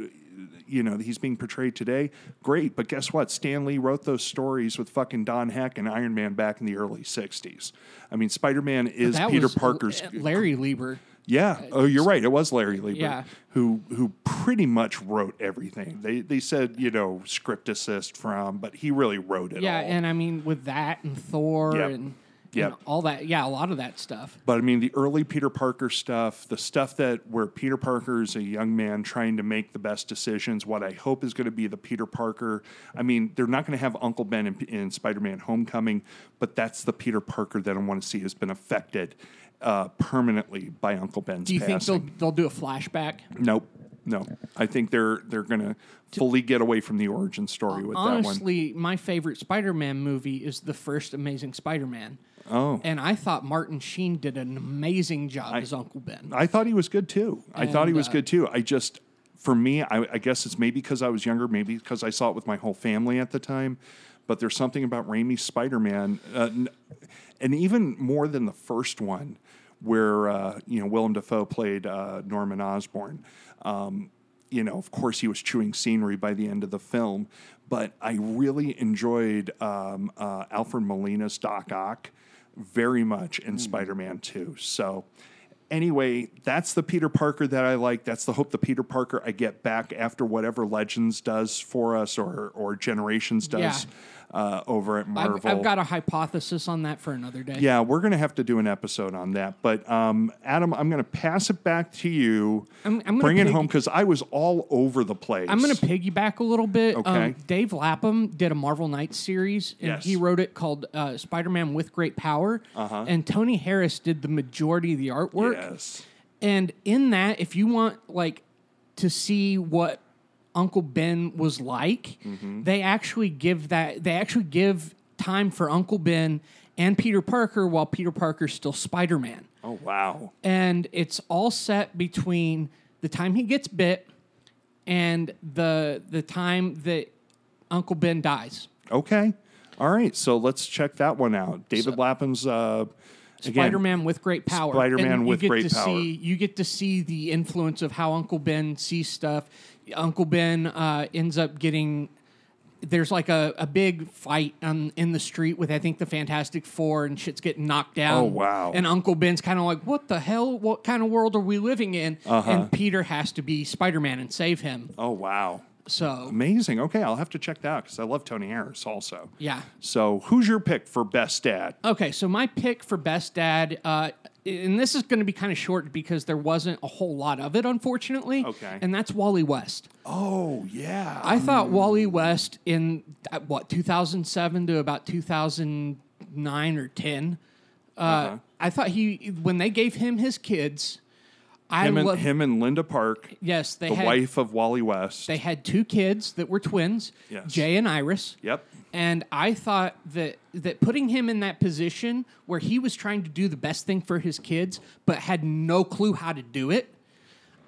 A: you know he's being portrayed today, great. But guess what? Stan Lee wrote those stories with fucking Don Heck and Iron Man back in the early '60s. I mean, Spider Man is
B: That
A: Peter
B: was
A: Parker's.
B: L- eh, Larry Lieber.
A: Yeah. Oh, you're right. It was Larry Lieber
B: Yeah.
A: who who pretty much wrote everything. They they said you know script assist from, but he really wrote it.
B: Yeah,
A: all.
B: and I mean with that and Thor
A: Yep.
B: and,
A: Yep.
B: and all that. Yeah, a lot of that stuff.
A: But I mean, the early Peter Parker stuff, the stuff that where Peter Parker is a young man trying to make the best decisions, what I hope is going to be the Peter Parker. I mean, they're not going to have Uncle Ben in, in Spider Man Homecoming, but that's the Peter Parker that I want to see has been affected uh, permanently by Uncle Ben's
B: Do you
A: passing.
B: think they'll they'll do a flashback?
A: Nope. No, I think they're they're gonna fully get away from the origin story with that one.
B: Honestly, my favorite Spider-Man movie is the first Amazing Spider-Man. Oh, and I thought Martin Sheen did an amazing job as Uncle Ben.
A: I thought he was good too. I thought he
B: And,
A: was
B: uh,
A: good too. I just, for me, I, I guess it's maybe because I was younger, maybe because I saw it with my whole family at the time. But there's something about Raimi's Spider-Man, uh, n- and even more than the first one, where uh, you know Willem Dafoe played uh, Norman Osborn. Um, you know, of course, he was chewing scenery by the end of the film, but I really enjoyed um, uh, Alfred Molina's Doc Ock very much
B: Hmm.
A: in Spider Man 2. So, anyway, that's the Peter Parker that I like. That's the hope the Peter Parker I get back after whatever Legends does for us or, or Generations does uh, over at Marvel.
B: I've, I've got a hypothesis on that for another day.
A: Yeah, we're going to have to do an episode on that. But um, Adam, I'm going to pass it back to you.
B: I'm- I'm gonna
A: bring it
B: pig-
A: home because I was all over the place.
B: I'm going to piggyback a little bit. Um,
A: Okay.
B: Dave Lapham did a Marvel Knights series, and
A: Yes.
B: he wrote it called uh, Spider-Man with Great Power. Uh-huh. And Tony Harris did the majority of the artwork.
A: Yes.
B: And in that, if you want like to see what Uncle Ben was like,
A: Mm-hmm.
B: they actually give that they actually give time for Uncle Ben and Peter Parker while Peter Parker's still Spider-Man.
A: Oh wow.
B: And it's all set between the time he gets bit and the the time that Uncle Ben dies.
A: Okay. All right. So let's check that one out. David Lapham's uh, again,
B: Spider-Man with great power.
A: Spider-Man
B: And you
A: with
B: get
A: great
B: to
A: power.
B: See, you get to see the influence of how Uncle Ben sees stuff. Uncle Ben uh, ends up getting. There's like a, a big fight on, in the street with I think the Fantastic Four and shit's getting knocked down.
A: Oh, wow.
B: And Uncle Ben's kind of like, what the hell? What kind of world are we living in?
A: Uh-huh.
B: And Peter has to be Spider Man and save him.
A: Oh wow,
B: So
A: amazing. Okay, I'll have to check that out because I love Tony Harris also.
B: yeah.
A: So who's your pick for best dad?
B: Okay, so my pick for best dad, uh, and this is going to be kind of short because there wasn't a whole lot of it, unfortunately.
A: Okay.
B: and that's Wally West.
A: Oh yeah,
B: I thought Wally West in uh, what 2007 to about 2009 or 10. Uh,
A: Uh-huh.
B: I thought he when they gave him his kids, I
A: him and,
B: love
A: him and Linda Park,
B: Yes, they
A: the
B: had
A: wife of Wally West.
B: they had two kids that were twins,
A: Yes.
B: Jay and Iris.
A: yep.
B: And I thought that that putting him in that position where he was trying to do the best thing for his kids but had no clue how to do it.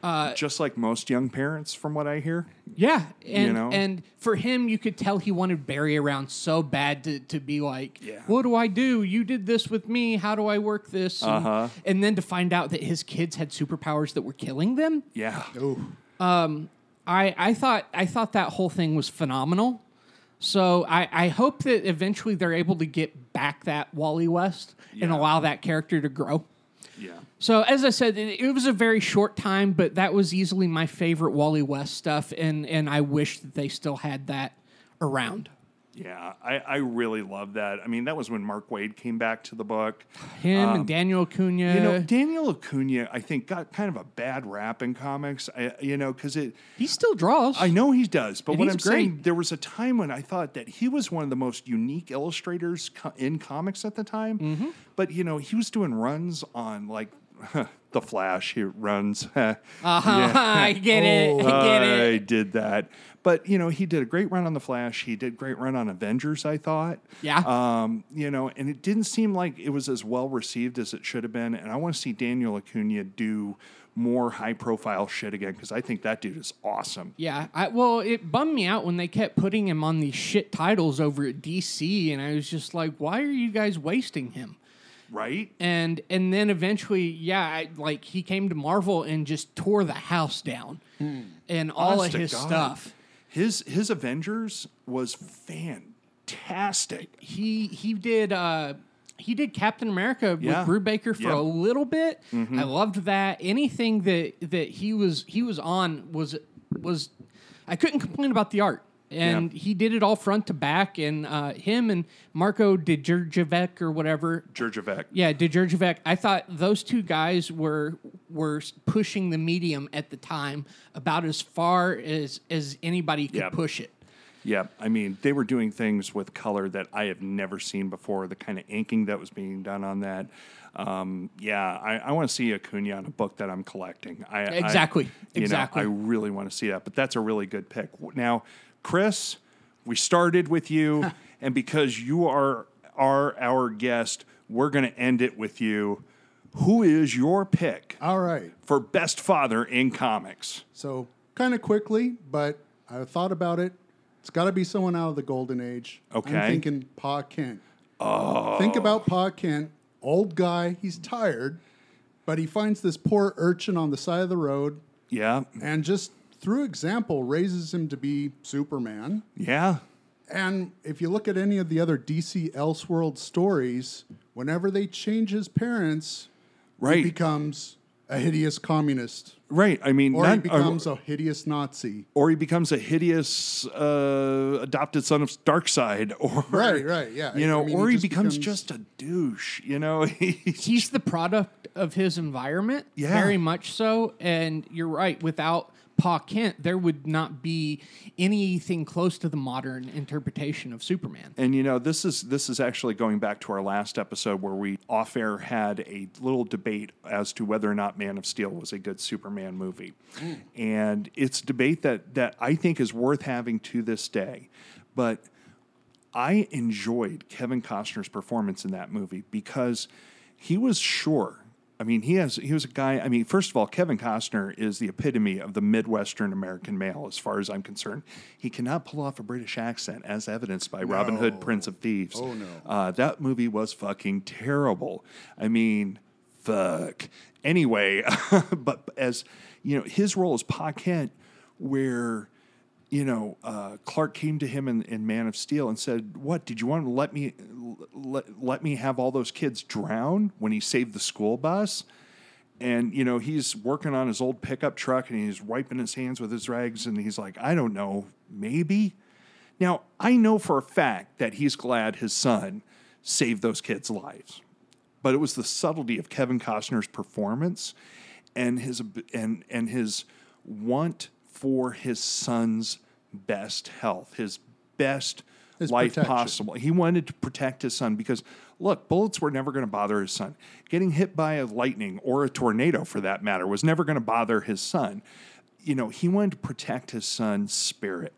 B: Uh,
A: Just like most young parents, from what I hear.
B: Yeah, and
A: know?
B: and for him, you could tell he wanted Barry around so bad to, to be like,
A: Yeah.
B: "What do I do? You did this with me. How do I work this?" And,
A: Uh-huh.
B: and then to find out that his kids had superpowers that were killing them.
A: Yeah.
C: Oh,
B: I, I thought I thought that whole thing was phenomenal. So I, I hope that eventually they're able to get back that Wally West and
A: Yeah.
B: allow that character to grow.
A: Yeah.
B: So as I said, it, it was a very short time, but that was easily my favorite Wally West stuff, and and I wish that they still had that around.
A: Yeah. I, I really love that. I mean, that was when Mark Wade came back to the book.
B: Him and Daniel Acuna.
A: Um, You know, Daniel Acuna, I think, got kind of a bad rap in comics. I, you know, because it.
B: he still draws.
A: I know he does, but
B: And
A: what
B: he's
A: I'm saying,
B: great.
A: there was a time when I thought that he was one of the most unique illustrators co- in comics at the time.
B: Mm-hmm.
A: But you know, he was doing runs on like the Flash. He runs.
B: Ah,
A: Oh,
B: I get it. I get it.
A: I did that. But you know, he did a great run on the Flash. He did great run on Avengers. I thought.
B: Yeah.
A: Um, you know, and it didn't seem like it was as well received as it should have been. And I want to see Daniel Acuna do more high profile shit again because I think that dude is awesome.
B: Yeah, I, well, it bummed me out when they kept putting him on these shit titles over at DC, and I was just like, why are you guys wasting him?
A: Right?
B: And and then eventually, yeah, I, like he came to Marvel and just tore the house down, and all
A: Hmm. Honest
B: of
A: to
B: his
A: God.
B: stuff.
A: His his Avengers was fantastic.
B: He he did uh, he did Captain America with
A: Yeah.
B: Brubaker for
A: Yep. Mm-hmm.
B: a little bit. I loved that. Anything that that he was he was on was was I couldn't complain about the art. And he did it all front to back, and uh, him and Marco Djurjevic or whatever,
A: Jurjevic.
B: yeah, Djurjevic. I thought those two guys were were pushing the medium at the time about as far as as anybody could
A: Yep.
B: push it.
A: Yeah, I mean, they were doing things with color that I have never seen before. The kind of inking that was being done on that. Um, yeah, I, I want to see Acuna on a book that I'm collecting. I, I-
B: Exactly,
A: you
B: exactly.
A: Know, I really want to see that. But that's a really good pick. Now, Chris, we started with you, and because you are are our guest, we're going to end it with you. Who is your pick
C: all right.
A: for best father in comics?
C: So kind of quickly, but I thought about it. It's got to be someone out of the golden age.
A: Okay.
C: I'm thinking Pa Kent. Oh. Think about Pa Kent, old guy. He's tired, but he finds this poor urchin on the side of the road,
A: Yeah,
C: and just through example raises him to be Superman.
A: yeah,
C: And if you look at any of the other DC Elseworld stories, whenever they change his parents, he
A: right,
C: becomes a hideous communist.
A: right. I mean,
C: Or he
A: not- uh,
C: becomes a hideous Nazi.
A: or he becomes a hideous uh, adopted son of Darkseid, or
C: Right, right, yeah.
A: you
C: I
A: know,
C: mean, he
A: or he,
C: just
A: becomes,
C: becomes-
A: just a douche. You know, he's
B: he's the product of his environment,
A: Yeah.
B: very much so. And you're right. Without Pa Kent, there would not be anything close to the modern interpretation of Superman.
A: and you know this is this is actually going back to our last episode where we off air had a little debate as to whether or not Man of Steel was a good Superman movie,
C: Mm.
A: and it's a debate that that I think is worth having to this day, but. I enjoyed Kevin Costner's performance in that movie because he was sure. I mean, he has he was a guy. I mean, first of all, Kevin Costner is the epitome of the Midwestern American male, as far as I'm concerned. He cannot pull off a British accent, as evidenced by Robin Hood, Prince of Thieves. Oh no, uh, that movie was fucking terrible. I mean, fuck. Anyway, but as you know, his role as Pa Kent where you know uh, Clark came to him in, in Man of Steel and said, "What did you want to let me let, let me have all those kids drown when he saved the school bus?" And you know he's working on his old pickup truck and he's wiping his hands with his rags and he's like, "I don't know, maybe." Now I know for a fact that he's glad his son saved those kids' lives but it was the subtlety of Kevin Costner's performance and his ab- and and his want for his son's best health, his best
C: His
A: life
C: protection.
A: possible. He wanted to protect his son because look, bullets were never going to bother his son. Getting hit by a lightning or a tornado for that matter was never going to bother his son. You know, he wanted to protect his son's spirit.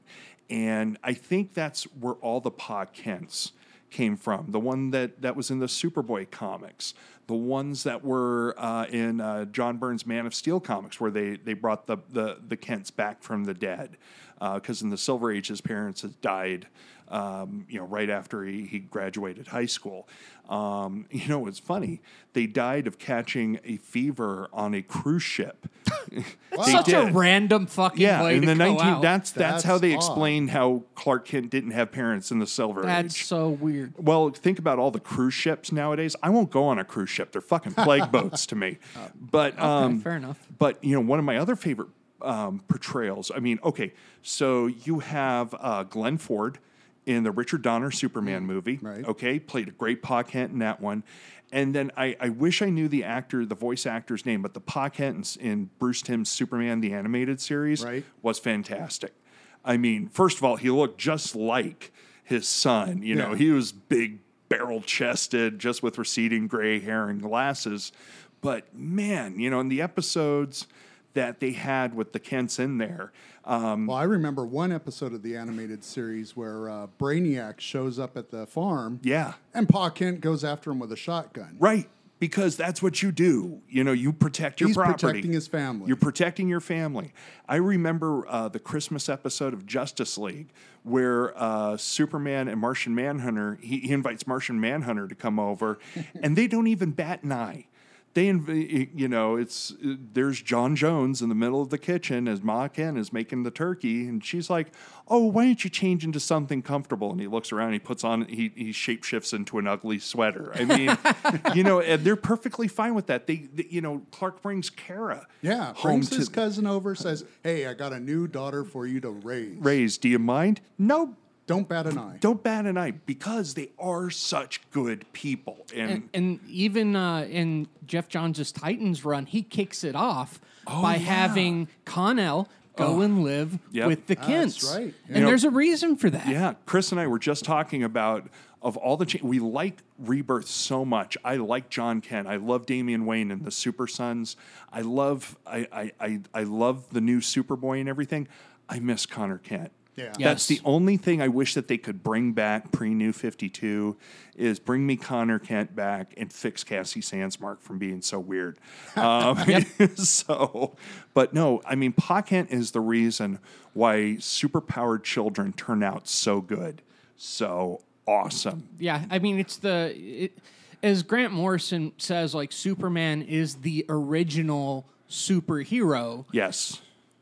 A: And I think that's where all the Pa Kents came from. The one that that was in the Superboy comics, the ones that were uh, in uh, John Byrne's Man of Steel comics, where they they brought the the, the Kents back from the dead, because in the Silver Age his parents had died. Um, you know, right after he, he graduated high school. Um, you know, it's funny. They died of catching a fever on a cruise ship. They
B: Such a
A: did.
B: random fucking
A: yeah,
B: way
A: in
B: to
A: the
B: go
A: 19
B: out.
A: that's that's how
C: That's
A: they
C: odd.
A: explained how Clark Kent didn't have parents in the Silver
B: That's
A: Age.
B: so weird.
A: Well, think about all the cruise ships nowadays. I won't go on a cruise ship. They're fucking plague boats to me. But um,
B: fair enough.
A: But you know, one of my other favorite um, portrayals. I mean, okay, so you have uh, Glenn Ford in the Richard Donner Superman movie.
C: Right.
A: Okay, played a great Pa Kent in that one. And then I, I wish I knew the actor, the voice actor's name, but the Pa Kent in s- in Bruce Timm's Superman the animated series
C: Right.
A: was fantastic. I mean, first of all, he looked just like his son. You know,
C: Yeah.
A: he was big, barrel chested, just with receding gray hair and glasses. But man, you know, in the episodes that they had with the Kents in there, um,
C: Well, I remember one episode of the animated series where uh, Brainiac shows up at the farm.
A: yeah,
C: And Pa Kent goes after him with a shotgun.
A: right. Because that's what you do. You know, you protect your
C: He's
A: property.
C: protecting his family.
A: You're protecting your family. I remember uh, the Christmas episode of Justice League where uh, Superman and Martian Manhunter, he, he invites Martian Manhunter to come over, and they don't even bat an eye. They, inv- you know, it's uh, there's John Jones in the middle of the kitchen as Ma Ken is making the turkey, and she's like, "Oh, why don't you change into something comfortable?" And he looks around, he puts on, he he shapeshifts into an ugly sweater. I mean, you know, and they're perfectly fine with that. They, they you know, Clark brings Kara
C: Yeah,
A: home
C: brings
A: to
C: his cousin over, says, "Hey, I got a new daughter for you to raise.
A: raise. Do you mind? No,
C: Don't bat an eye."
A: don't bat an eye because they are such good people. And,
B: And, and even uh, in Jeff Johns' Titans run, he kicks it off by
A: Oh, yeah.
B: having Connell go and live
A: Yep.
B: with the
C: That's
B: Kents.
C: right.
B: And
A: You know-
B: there's a reason for that.
A: yeah, Chris and I were just talking about of all the cha- we like Rebirth so much. I like John Kent. I love Damian Wayne and the Super Sons. I love I I I, I love the new Superboy and everything. I miss Connor Kent.
C: Yeah.
A: That's the
B: Yes.
A: only thing I wish that they could bring back pre New 52 is bring me Connor Kent back and fix Cassie Sandsmark from being so weird. Um, so, but no, I mean, Pa Kent is the reason why superpowered children turn out so good, so awesome.
B: Yeah, I mean it's the it, as Grant Morrison says, like Superman is the original superhero,
A: Yes.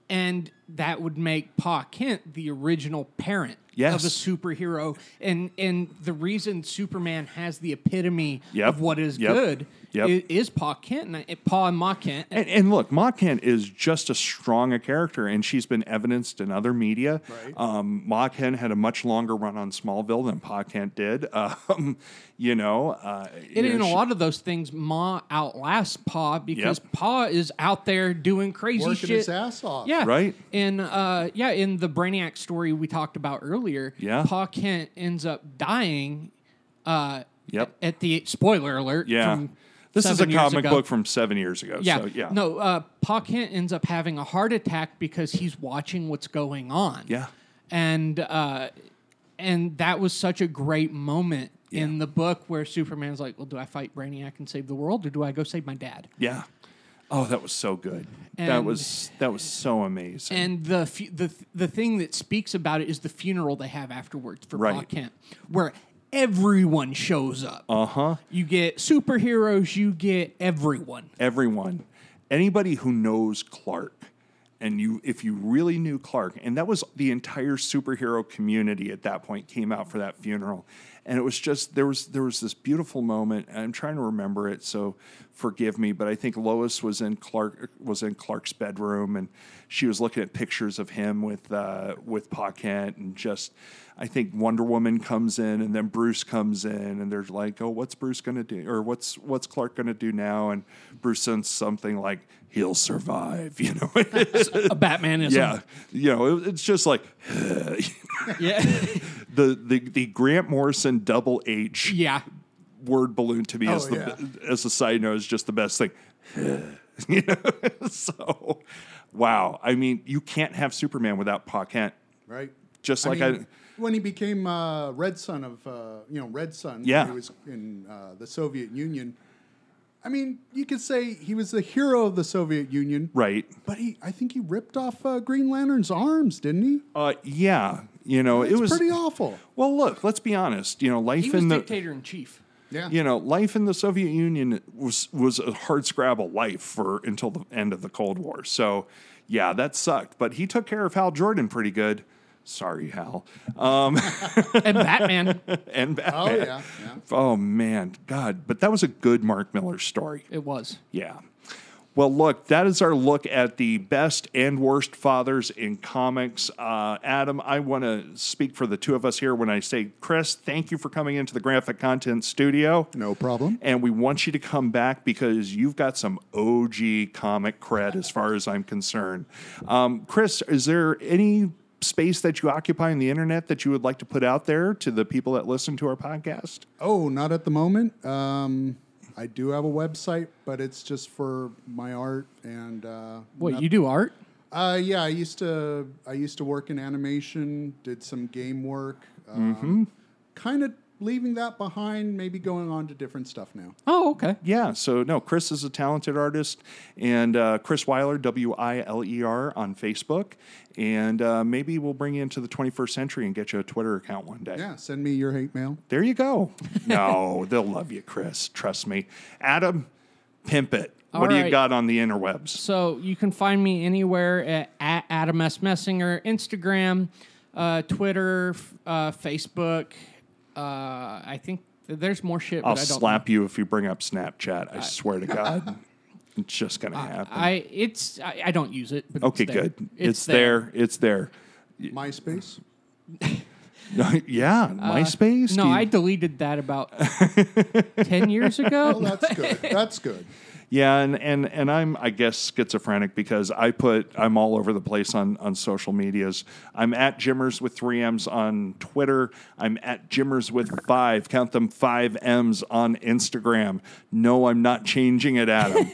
B: and that would make Pa Kent the original parent
A: Yes.
B: of a superhero, and and the reason Superman has the epitome
A: Yep.
B: of what is
A: Yep.
B: good
A: Yep.
B: i- is, Pa Kent, and I- Pa and Ma Kent.
A: And, and look, Ma Kent is just as strong a character, and she's been evidenced in other media.
C: Right.
A: Um, Ma Kent had a much longer run on Smallville than Pa Kent did. Um, you know, uh, you
B: And in
A: know,
B: a
A: she-
B: lot of those things, Ma outlasts Pa because
A: Yep.
B: Pa is out there doing crazy
C: Working
B: shit.
C: his ass off.
B: Yeah.
A: Right.
B: In uh yeah, in the Brainiac story we talked about earlier,
A: Yeah.
B: Pa Kent ends up dying uh
A: Yep.
B: at the spoiler alert.
A: yeah.
B: from
A: This is a
B: seven years
A: comic
B: ago.
A: book from seven years ago.
B: Yeah.
A: So, yeah.
B: No, uh Pa Kent ends up having a heart attack because he's watching what's going on.
A: Yeah.
B: And uh and that was such a great moment in the book where Superman's like, Well, do I fight Brainiac and save the world or do I go save my dad?
A: Yeah. Oh, that was so good. that
B: And-
A: was that was so amazing.
B: And the fu- the the thing that speaks about it is the funeral they have afterwards for Pa
A: Right.
B: Kent, where everyone shows up. Uh huh.
A: Uh-huh.
B: You get superheroes. You get everyone.
A: Everyone, anybody who knows Clark and you if you really knew Clark, and that was the entire superhero community at that point came out for that funeral. And it was just there was there was this beautiful moment. And I'm trying to remember it, so forgive me, but I think Lois was in Clark was in Clark's bedroom and she was looking at pictures of him with uh with Pa Kent and just I think Wonder Woman comes in and then Bruce comes in and they're like, "Oh, what's Bruce going to do or what's what's Clark going to do now?" And Bruce says something like, "He'll survive," you know. It's-
B: A Batmanism.
A: yeah. You know, it- it's just like
B: Yeah.
A: the the the Grant Morrison double H
B: yeah.
A: word balloon to me
C: Oh,
A: as the
C: yeah.
A: as a side note is just the best thing. you know, so wow. I mean, you can't have Superman without Pa Kent.
C: right?
A: Just like I-
C: when he became uh, Red Son of uh, you know Red Son,
A: Yeah.
C: when he was in uh, the Soviet Union. I mean, you could say he was the hero of the Soviet Union,
A: Right.
C: But he, I think he ripped off uh, Green Lantern's arms, didn't he?
A: Uh, yeah. You know, it was
C: pretty awful.
A: Well, look, let's be honest. You know, life
B: He was
A: in the
B: dictator in chief.
C: Yeah,
A: you know, life in the Soviet Union was was a hard scrabble life for until the end of the Cold War. So, yeah, that sucked. But he took care of Hal Jordan pretty good. Sorry, Hal. Um,
B: And Batman.
A: and
C: Oh
A: Batman.
C: yeah, yeah.
A: Oh man, God! But that was a good Mark Miller story.
B: it was.
A: Yeah. Well, look, that is our look at the best and worst fathers in comics. Uh, Adam, I want to speak for the two of us here when I say, Chris, thank you for coming into the graphic content studio.
C: No problem.
A: And we want you to come back because you've got some OG comic cred as far as I'm concerned. Um, Chris, is there any space that you occupy in the internet that you would like to put out there to the people that listen to our podcast?
C: Oh, not at the moment. Um, I do have a website, but it's just for my art and uh,
B: What, you do art?
C: Uh, yeah, I used to I used to work in animation, did some game work. Um,
A: Mm-hmm.
C: Kind of leaving that behind, maybe going on to different stuff now.
B: Oh, okay.
A: yeah, so no, Chris is a talented artist, and uh, Chris Weiler, W I L E R, on Facebook. And uh, maybe we'll bring you into the 21st century and get you a Twitter account one day.
C: Yeah, send me your hate mail.
A: There you go. no, they'll love you, Chris. Trust me. Adam, pimp it. what do you
B: right.
A: got on the interwebs?
B: So you can find me anywhere at, at Adam S. Messinger, Instagram, uh, Twitter, f- uh, Facebook. Uh, I think th- there's more shit, but
A: I'll
B: I don't.
A: slap you if you bring up Snapchat. I, swear to God. it's just going to happen.
B: I it's I, I don't use it. But
A: okay,
B: it's there.
A: good. It's, there. It's there.
C: MySpace.
A: yeah, MySpace?
B: Uh, No,
A: Do you-
B: I deleted that about ten years
C: Oh,
B: ago.
C: that's good. That's good.
A: Yeah, and, and and I'm I guess schizophrenic because I put I'm all over the place on on social medias. I'm at Jimmers with three M's on Twitter. I'm at Jimmers with five count them five M's on Instagram. No, I'm not changing it, Adam.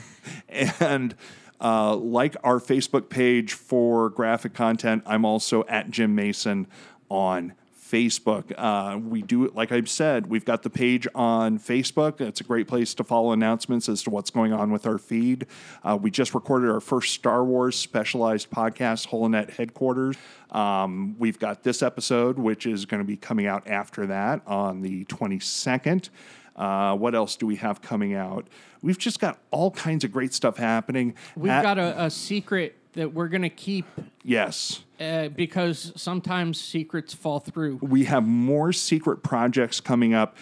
A: And uh, like our Facebook page for graphic content, I'm also at Jim Mason on Facebook. Uh, we do, like I've said, we've got the page on Facebook. It's a great place to follow announcements as to what's going on with our feed. Uh, we just recorded our first Star Wars specialized podcast, Holonet Headquarters. Um, we've got this episode, which is going to be coming out after that on the 22nd. Uh, what else do we have coming out? We've just got all kinds of great stuff happening.
B: We've
A: At-
B: got a, a secret that we're gonna keep
A: yes.
B: uh, because sometimes secrets fall through.
A: We have more secret projects coming up.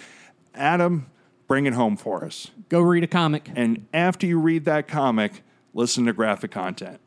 A: Adam, bring it home for us.
B: Go read a comic.
A: And after you read that comic, listen to graphic content.